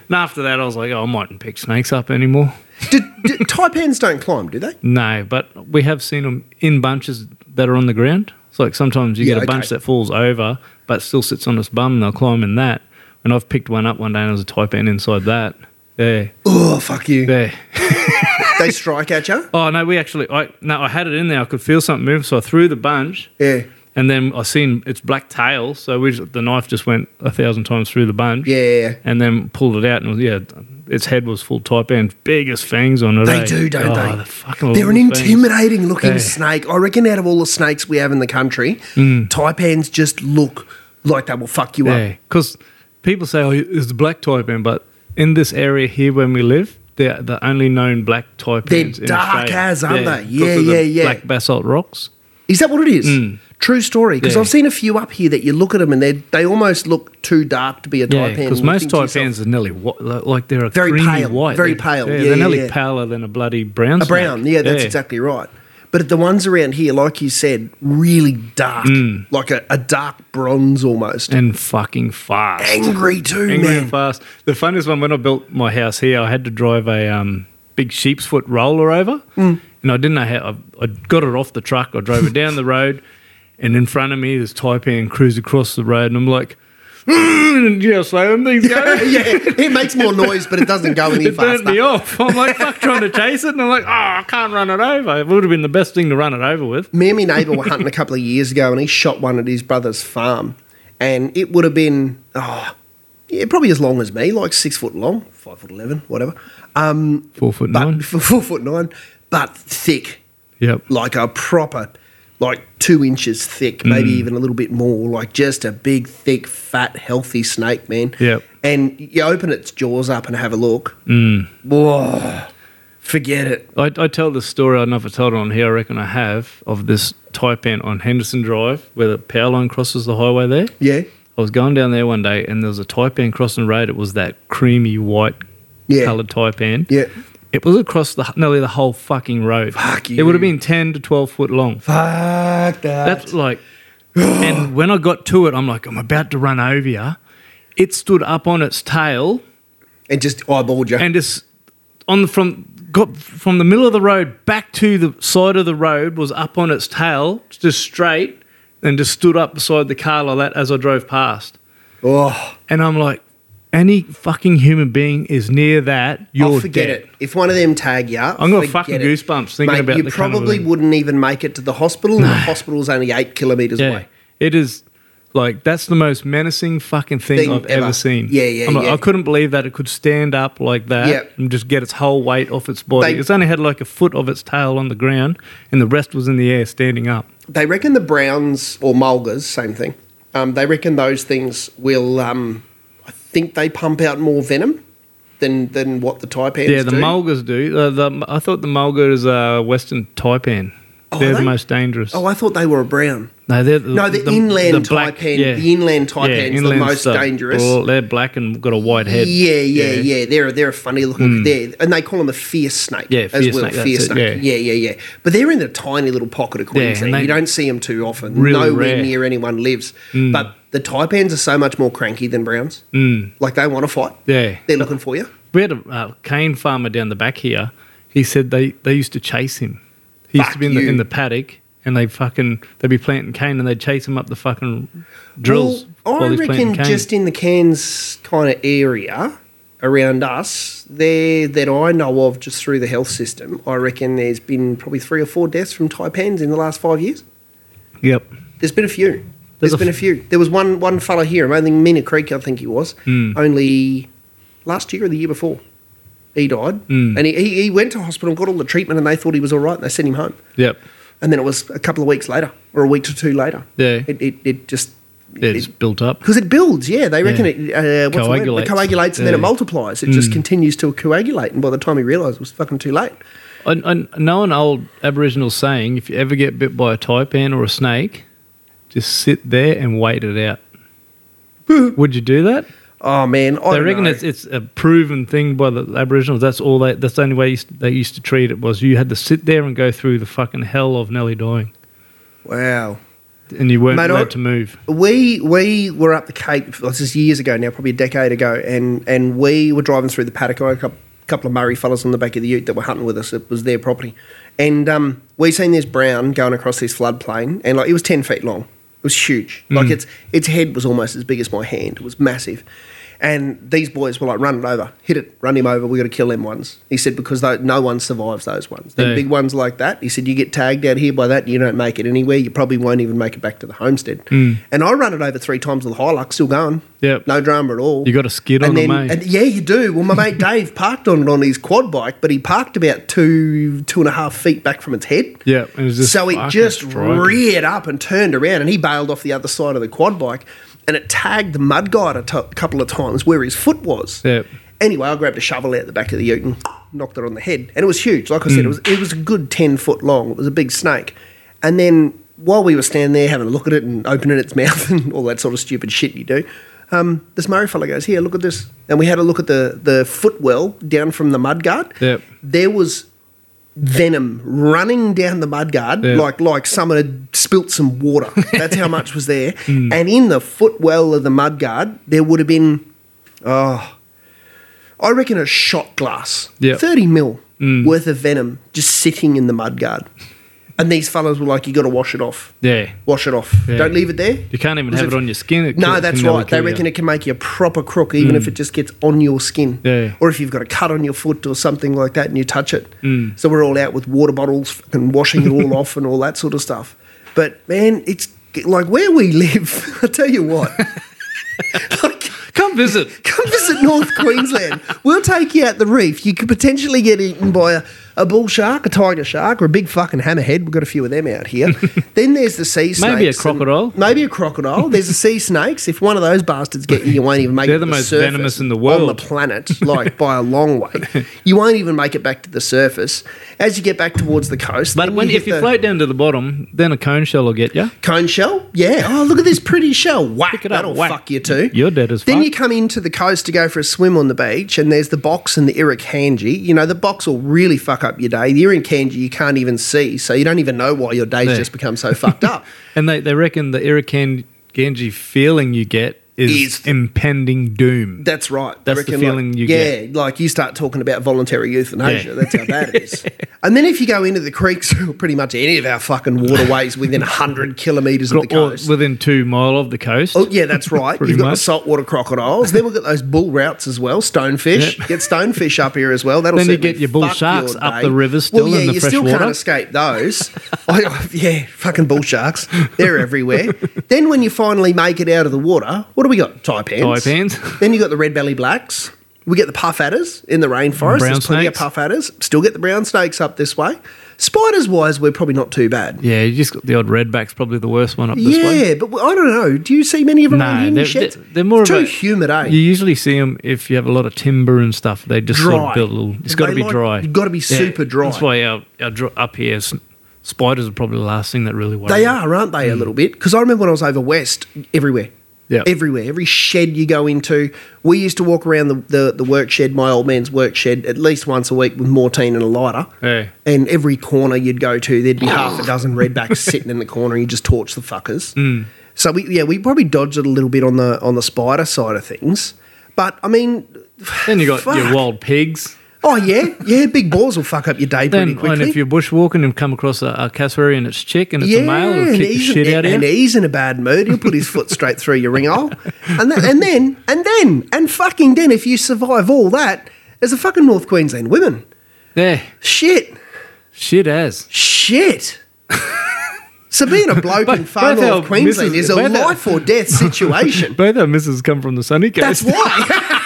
and after that, I was like, oh, I mightn't pick snakes up anymore. Do, do, taipans don't climb, do they? No, but we have seen them in bunches that are on the ground. So like sometimes you Yeah, get a bunch okay. that falls over, but still sits on its bum, and they'll climb in that. And I've picked one up one day, and there was a taipan inside that. Yeah, Oh fuck you! yeah. They strike at you. Oh no, we actually, I no, I had it in there. I could feel something move, so I threw the bunch. Yeah, And then I seen its black tail, so we just, the knife just went a thousand times through the bunch. yeah. And then pulled it out, and it was, yeah, its head was full type and biggest fangs on it. They eh? do, don't Oh, they? The fucking They're an little fangs. intimidating looking Yeah. snake. I reckon out of all the snakes we have in the country, taipans just look like they will fuck you Mm. Yeah, up. because people say, "Oh, it's the black taipan," but in this area here where we live, they're the only known black taipans. They're in dark Australia. as, aren't they? 'cause Yeah, of the yeah, yeah. Black basalt rocks. Is that what it is? True story. Because Mm. Yeah. I've seen a few up here that you look at them and they they almost look too dark to be a taipan. Yeah, and because you most think to yourself, taipans are nearly white, like they're a Very creamy pale, white, very They're- pale. Yeah, Yeah, they're nearly yeah. paler than a bloody brown. A brown, yeah, that's exactly right. But the ones around here, like you said, really dark, like a, a dark bronze almost. And fucking fast. Angry too, Angry man. and fast. The funniest one when I built my house here, I had to drive a um, big sheep's foot roller over, Mm. and I didn't know how. I, I got it off the truck. I drove it down the road, and in front of me, this taipan cruised across the road, and I'm like, mm, "Yeah, slow him these yeah, guys." it makes more noise, but it doesn't go any It burnt me faster. off. I'm like, fuck, trying to chase it. And I'm like, oh, I can't run it over. It would have been the best thing to run it over with. Me and my neighbour were hunting a couple of years ago, and he shot one at his brother's farm, and it would have been oh, yeah, probably as long as me, like six foot long, five foot eleven, whatever. Um, Four foot but nine. four foot nine, but thick. Yep. like a proper, like two inches thick, Mm. maybe even a little bit more, like just a big, thick, fat, healthy snake, man. Yep. And you open its jaws up and have a look. Mm. Whoa, forget it. I, I tell this story, I don't know if I told it on here, I reckon I have, of this taipan on Henderson Drive where the power line crosses the highway there. Yeah, I was going down there one day and there was a taipan crossing the road. It was that creamy white Yeah. coloured taipan. yeah. It was across the nearly the whole fucking road. Fuck It would you. have been 10 to 12 foot long. Fuck that. That's like, and when I got to it, I'm like, I'm about to run over you. It stood up on its tail and just eyeballed you. and just on the from got from the middle of the road back to the side of the road was up on its tail just straight and just stood up beside the car like that as I drove past oh, and I'm like any fucking human being is near that, you're oh, forget dead. it. If one of them tag you, I'm gonna fucking goosebumps thinking Mate, about you the kind of probably thing. wouldn't even make it to the hospital. and The hospital's only eight kilometres Yeah, away. it is. Like that's the most menacing fucking thing, Thing I've ever. ever, seen. Yeah, yeah, I'm like, yeah. I couldn't believe that it could stand up like that Yeah. and just get its whole weight off its body. They- it's only had like a foot of its tail on the ground, and the rest was in the air standing up. They reckon the Browns or Mulgars, same thing. Um, they reckon those things will. Um, I think they pump out more venom than than what the taipans Yeah, the do. mulgars do. Uh, the, I thought the mulgar is a Western taipan. Oh, they're are the they? most dangerous. Oh, I thought they were a brown. no, they're the, No, the, inland taipan. The inland yeah, taipan's inland the most stuff. dangerous. Well, they're black and got a white head. Hmm. Yeah, yeah, yeah, They're they're a funny looking there, and they call them a fierce snake. Yeah, as fierce well. snake, that's fierce it, snake. Yeah. yeah. yeah, yeah, But they're in a tiny little pocket of Yeah, and Queensland. they- you don't see them too often. Really Nowhere rare. Hmm. near anyone lives. But the taipans are so much more cranky than browns. Like they want to fight. Mm, Yeah. They're looking for you. We had a uh, cane farmer down the back here. He said they, they used to chase him. He used Fuck to be in the, you. in the paddock and they fucking they'd be planting cane and they'd chase him up the fucking drills. Well, while I he's planting reckon cane. just in the Cairns kind of area around us, there that I know of just through the health system, I reckon there's been probably three or four deaths from taipans in the last five years. Yep. There's been a few. There's There's a been a f- few. There was one one fella here. I think Mina Creek, I think he was. Hmm. Only last year or the year before, he died. Hmm. And he, he, he went to hospital, got all the treatment, and they thought he was all right, and they sent him home. Yep. And then it was a couple of weeks later, or a week to two later. Yeah. It, it, it just Yeah, it's built up. because it builds. Yeah, they reckon it uh, what's The word? It Coagulates. coagulates and then it Yeah. Mm. multiplies. It just continues to coagulate, and by the time he realised, it was fucking too late. I, I know an old Aboriginal saying: if you ever get bit by a taipan or a snake, just sit there and wait it out. Would you do that? Oh man, I They don't reckon know. it's, it's a proven thing by the Aboriginals. That's all they. That's the only way they used to treat it was you had to sit there and go through the fucking hell of Nelly dying, wow. and you weren't Mate, I- allowed to move. We we were up the Cape. This is years ago now, probably a decade ago, and and we were driving through the paddock. I had a cou- couple of Murray fellas on the back of the Ute that were hunting with us. It was their property, and um, we seen this brown going across this floodplain, and like it was ten feet long. It was huge. Like its its head was almost as big as my hand. It was massive. And these boys were like, run it over, hit it, run him over. We got to kill them ones. He said because tho- no one survives those ones. Them Yeah. big ones like that. He said you get tagged out here by that, you don't make it anywhere. You probably won't even make it back to the homestead. And I run it over three times with a Hilux, still going. Hmm. Yep. no drama at all. You got a skid and on then, them, mate. and- yeah, you do. Well, my mate Dave parked on it on his quad bike, but he parked about two two and a half feet back from its head. Yeah, it was just so it fucking just striking. reared up and turned around, and he bailed off the other side of the quad bike, and it tagged the mud guide a to- couple of times where his foot was. Yep. Anyway, I grabbed a shovel out the back of the ute and knocked it on the head, and it was huge. Like I said, it was it was a good ten foot long. It was a big snake, and then while we were standing there having a look at it and opening its mouth and all that sort of stupid shit you do, um, this Murray fella goes, "Here, look at this," and we had a look at the the footwell down from the mudguard. Yep. There was venom running down the mudguard Yeah. like like someone had spilt some water. That's how much was there. And in the footwell of the mudguard, there would have been, oh, I reckon a shot glass, Yeah. thirty mil Mm. worth of venom just sitting in the mudguard. And these fellas were like, "You got to wash it off. Yeah, Wash it off. Yeah. Don't leave it there. you can't even Was have it, it- on your skin. It No, can- that's can really right. They kill you. reckon it can make you a proper crook, even if it just gets on your skin. Mm. Yeah. Or if you've got a cut on your foot or something like that and you touch it. Mm. So we're all out with water bottles and washing it all off and all that sort of stuff. But man, it's like where we live, I tell you what. like, Come visit. come visit North Queensland. We'll take you out the reef. You could potentially get eaten by a, a bull shark, a tiger shark, or a big fucking hammerhead. We've got a few of them out here. then there's the sea snakes. Maybe a and- crocodile. Maybe a crocodile. There's the sea snakes. If one of those bastards get you, you won't even make They're it to the most surface venomous in the On the world. planet, like by a long way. You won't even make it back to the surface. As you get back towards the coast. But then when hit if you the- float down to the bottom, then a cone shell will get you. Cone shell? Yeah. Oh, look at this pretty shell. Whack. Pick it up, That'll whack. fuck you too. You're dead as then fuck. you come into the coast to go for a swim on the beach, and there's the box and the irukandji. You know, the box will really fuck up your day. The irukandji you can't even see, so you don't even know why your day's Yeah. just become so fucked up. And they, they reckon the irukandji feeling you get is, Is- impending doom. That's right. I That's the reckon, like- feeling you yeah, like you start talking about voluntary euthanasia. Yeah. That's how bad it is. and then if you go into the creeks, or pretty much any of our fucking waterways within 100 kilometres of the Or coast. within two mile of the coast. Oh, yeah, that's right. Pretty You've got the much. saltwater crocodiles. then we've got those bull routes as well, stonefish. Yep. Get stonefish up here as well. That'll Then you certainly get your bull fuck sharks your up day. the river still Well, yeah, in the you still fresh can't water. escape those. I- I- yeah, fucking bull sharks. They're everywhere. then when you finally make it out of the water, what do we got? Taipans. Taipans. then you got the red belly blacks. We get the puff adders in the rainforest. Brown There's plenty of snakes. puff adders. Still get the brown snakes up this way. Spiders wise, we're probably not too bad. Yeah, you just got the odd redback's probably the worst one up this yeah, way. but I don't know. Do you see many of them around No, here? in your they're, sheds? they're, they're more it's of too a- humid, eh? You usually see them if you have a lot of timber and stuff. They just sort Dry. of build a little. It's got to They be like- dry. gotta be super dry. That's why our, our dr- up here s- spiders are probably the last thing that really worries. They are, aren't they, a little bit? Because I remember when I was over west, everywhere. Yeah. Everywhere. Every shed you go into. We used to walk around the, the, the work shed, my old man's work shed, at least once a week with Mortine and a lighter. Yeah. And every corner you'd go to, there'd be half a dozen redbacks sitting in the corner and you just torch the fuckers. Mm. So we yeah, we probably dodged it a little bit on the on the spider side of things. But I mean Then you got fuck. your wild pigs. Oh yeah, yeah, big balls will fuck up your day pretty Then, quickly. and if you're bushwalking and come across a, a cassowary and it's chick and it's a male, it'll kick the he's shit in, out of and you. he's in a bad mood. He'll put his foot straight through your ringhole, and then, and then and then and fucking then if you survive all that, there's a fucking North Queensland women. Yeah, Shit, shit as. shit. so being a bloke in Both- far both North our Queensland missus- is a both our- life or death situation. Both our misses come from the sunny That's coast. why.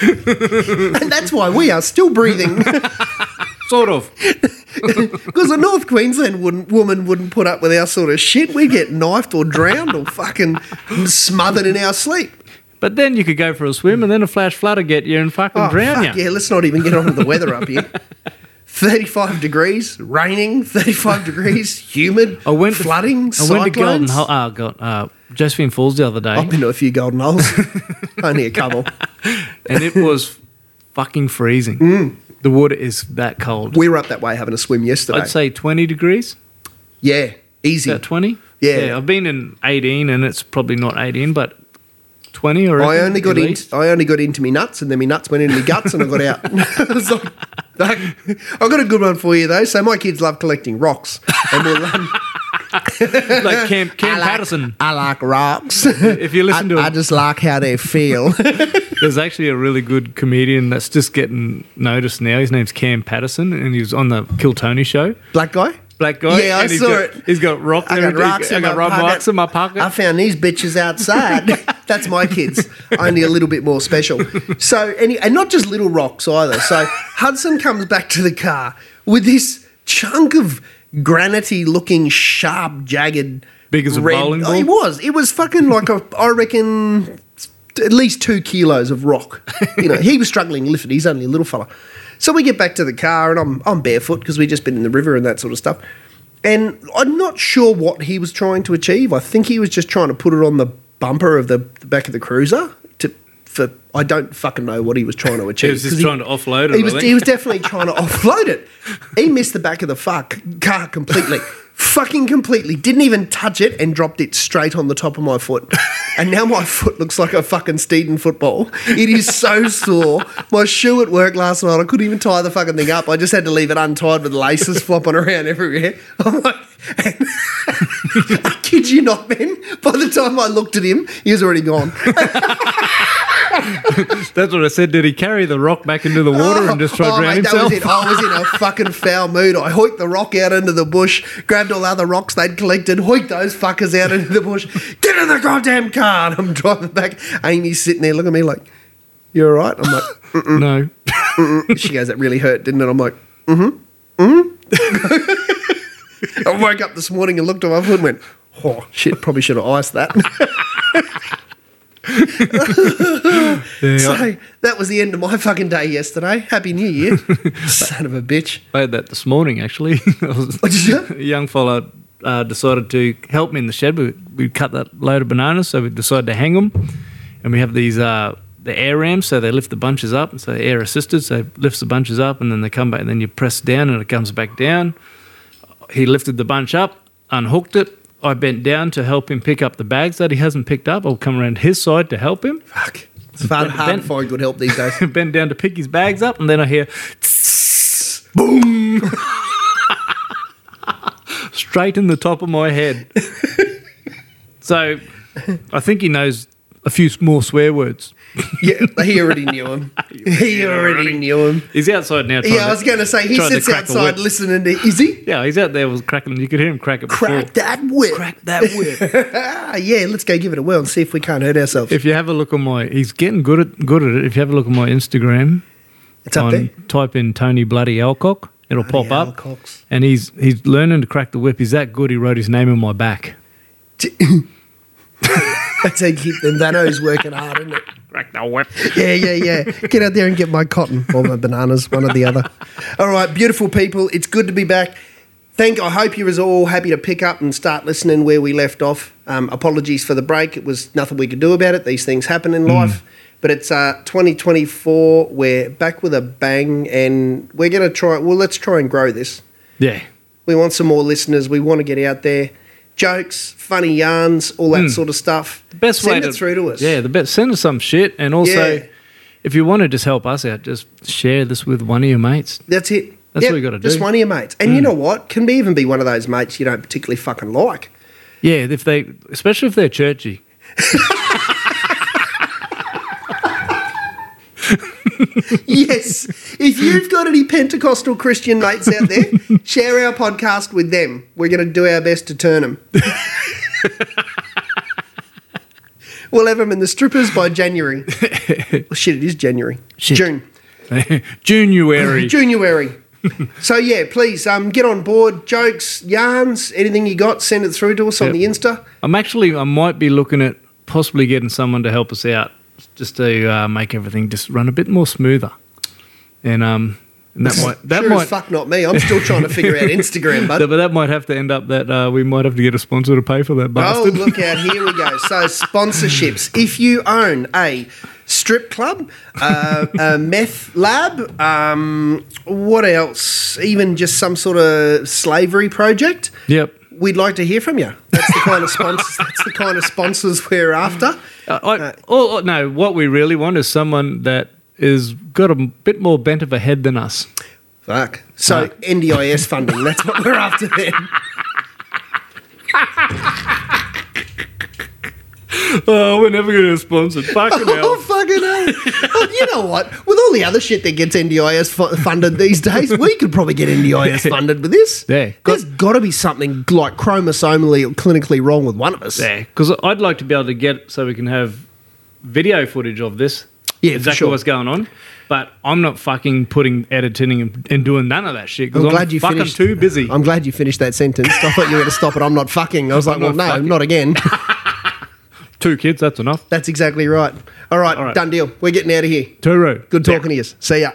and that's why we are still breathing. sort of. Because a North Queensland wouldn't, woman wouldn't put up with our sort of shit. We get knifed or drowned or fucking smothered in our sleep. But then you could go for a swim and then a flash flood will get you and fucking drown Oh, fuck you. yeah, let's not even get on to the weather up here. 35 degrees, raining, 35 degrees, humid, I went to- flooding, I went to Golden cyclones. Oh. Hole. Oh, God. Uh, Josephine Falls the other day. I've been to a few golden holes, only a couple. and it was fucking freezing. Mm. The water is that cold. We were up that way having a swim yesterday. I'd say 20 degrees. yeah, easy. About 20? Yeah. I've been in 18 and it's probably not 18, but 20 or I only got into I only got into me nuts, and then me nuts went into me guts, and I got out. I was like, I got a good one for you though. So my kids love collecting rocks, and we'll, um, like Camp, Camp Patterson. I like rocks. If you listen to I, I him. just like how they feel. There's actually a really good comedian that's just getting noticed now. His name's Cam Patterson and he was on the Kill Tony show. Black guy. Black guy. Yeah, I and he's saw got, it. He's got rocks. I got everything. rocks. I in got my rock pocket. rocks in my pocket. I found these bitches outside. That's my kids. Only a little bit more special. So any and not just little rocks either. So Hudson comes back to the car with this chunk of granity looking sharp jagged Big as a bowling Oh, It ball? was. It was fucking like a I reckon at least two kilos of rock. You know, he was struggling to lift it. He's only a little fella. So we get back to the car, and I'm I'm barefoot because we've just been in the river and that sort of stuff. And I'm not sure what he was trying to achieve. I think he was just trying to put it on the bumper of the, the back of the cruiser to. For, I don't fucking know what he was trying to achieve. was just 'cause trying to offload it, He I was, think. he was definitely trying to offload it. He missed the back of the fuck car completely, fucking completely. Didn't even touch it and dropped it straight on the top of my foot. And now my foot looks like a fucking Steeden football. It is so sore. My shoe at work last night, I couldn't even tie the fucking thing up. I just had to leave it untied with laces flopping around everywhere. I'm like, I kid you not, man. By the time I looked at him, he was already gone. That's what I said. Did he carry the rock back into the water and just try to Oh, drown mate, that himself? was it. I was in a fucking foul mood. I hoiked the rock out into the bush, grabbed all the other rocks they'd collected, hoiked those fuckers out into the bush. Get in the goddamn car! And I'm driving back. Amy's sitting there looking at me like, "You all right?" I'm like, "Mm." No. "She goes, that really hurt, didn't it?" I'm like, "Mm hmm, mm hmm." I woke up this morning and looked at my foot and went, "Oh shit, probably should have iced that." Yeah, I- so that was the end of my fucking day yesterday. Happy New Year, son of a bitch. I had that this morning actually. I was- What Oh, did you? a young fella uh, decided to help me in the shed. We, we cut that load of bananas, so we decided to hang them. And we have these uh, the air rams, so they lift the bunches up. So they're air assisted, so it lifts the bunches up, and then they come back. And then you press down, and it comes back down. He lifted the bunch up, unhooked it, I bent down to help him pick up the bags that he hasn't picked up. I'll come around his side to help him. Fuck. It's hard, Ben- hard Ben- to find good help these days. bent down to pick his bags up, and then I hear boom straight in the top of my head. so I think he knows a few more swear words. yeah, he already knew him. He already knew him. He's outside now. Trying Yeah, I was going to say he trying to sits crack a outside whip. listening to Izzy Yeah, he's out there was cracking. You could hear him crack it. before. crack that whip. Crack that whip. Ah, yeah, let's go give it a whirl and see if we can't hurt ourselves. if you have a look on my, he's getting good at good at it. If you have a look on my Instagram, it's up there. type in Tony Bloody Alcock. It'll Bloody pop up, Alcocks. and he's he's learning to crack the whip. He's that good. He wrote his name in my back. That's how you keep them. Dano's working hard, isn't it? Crack the whip. Yeah, yeah, yeah. Get out there and get my cotton or my bananas, one or the other. All right, beautiful people. It's good to be back. Thank. I hope you was all happy to pick up and start listening where we left off. Um, apologies for the break. It was nothing we could do about it. These things happen Mm. in life. But it's uh, 2024. We're back with a bang, and we're going to try. Well, let's try and grow this. Yeah. We want some more listeners. We want to get out there. Jokes, funny yarns, all that Mm. sort of stuff. The best Send way to it through to us. Yeah, the best send us some shit and also Yeah. if you want to just help us out, just share this with one of your mates. That's it. That's what you gotta Just do. Hmm. one of your mates. And you know what? Can be even be one of those mates you don't particularly fucking like. Yeah, if they especially if they're churchy. yes. If you've got any Pentecostal Christian mates out there, share our podcast with them. We're going to do our best to turn them. we'll have them in the strippers by January. well, shit, it is January. Shit. June. January. January. so yeah, please um, get on board. Jokes, yarns, anything you got, send it through to us Yep. on the Insta. I'm actually I might be looking at possibly getting someone to help us out just to uh, make everything just run a bit more smoother. And um and that might that sure might as fuck not me. I'm still trying to figure out Instagram, bud. but that might have to end up that uh, we might have to get a sponsor to pay for that Oh, bastard. look out. Here we go. So, sponsorships. If you own a strip club, uh, a meth lab, um, what else? Even just some sort of slavery project. Yep. We'd like to hear from you. That's the kind of sponsors. That's the kind of sponsors we're after. Uh, I, oh, oh, no, what we really want is someone that is got a m- bit more bent of a head than us. Fuck. So Fuck. NDIS funding. That's what we're after then. Oh, we're never going to sponsor. Fucking Oh, hell. fucking hell. Oh, you know what? With all the other shit that gets NDIS fu- funded these days, we could probably get NDIS funded with this. Yeah. There's got to be something like chromosomally or clinically wrong with one of us. Yeah, because I'd like to be able to get so we can have video footage of this. Yeah, for exactly sure. what's going on. But I'm not fucking putting editing and, and doing none of that shit I'm because I'm, glad you fucking finished. too busy. I'm glad you finished that sentence. I thought you were going to stop it. I'm not fucking. I was like, well, not no, fucking. not again. Two kids, that's enough. That's exactly right. All right, All right. done deal. We're getting out of here. Two row. Good talking to you. See ya.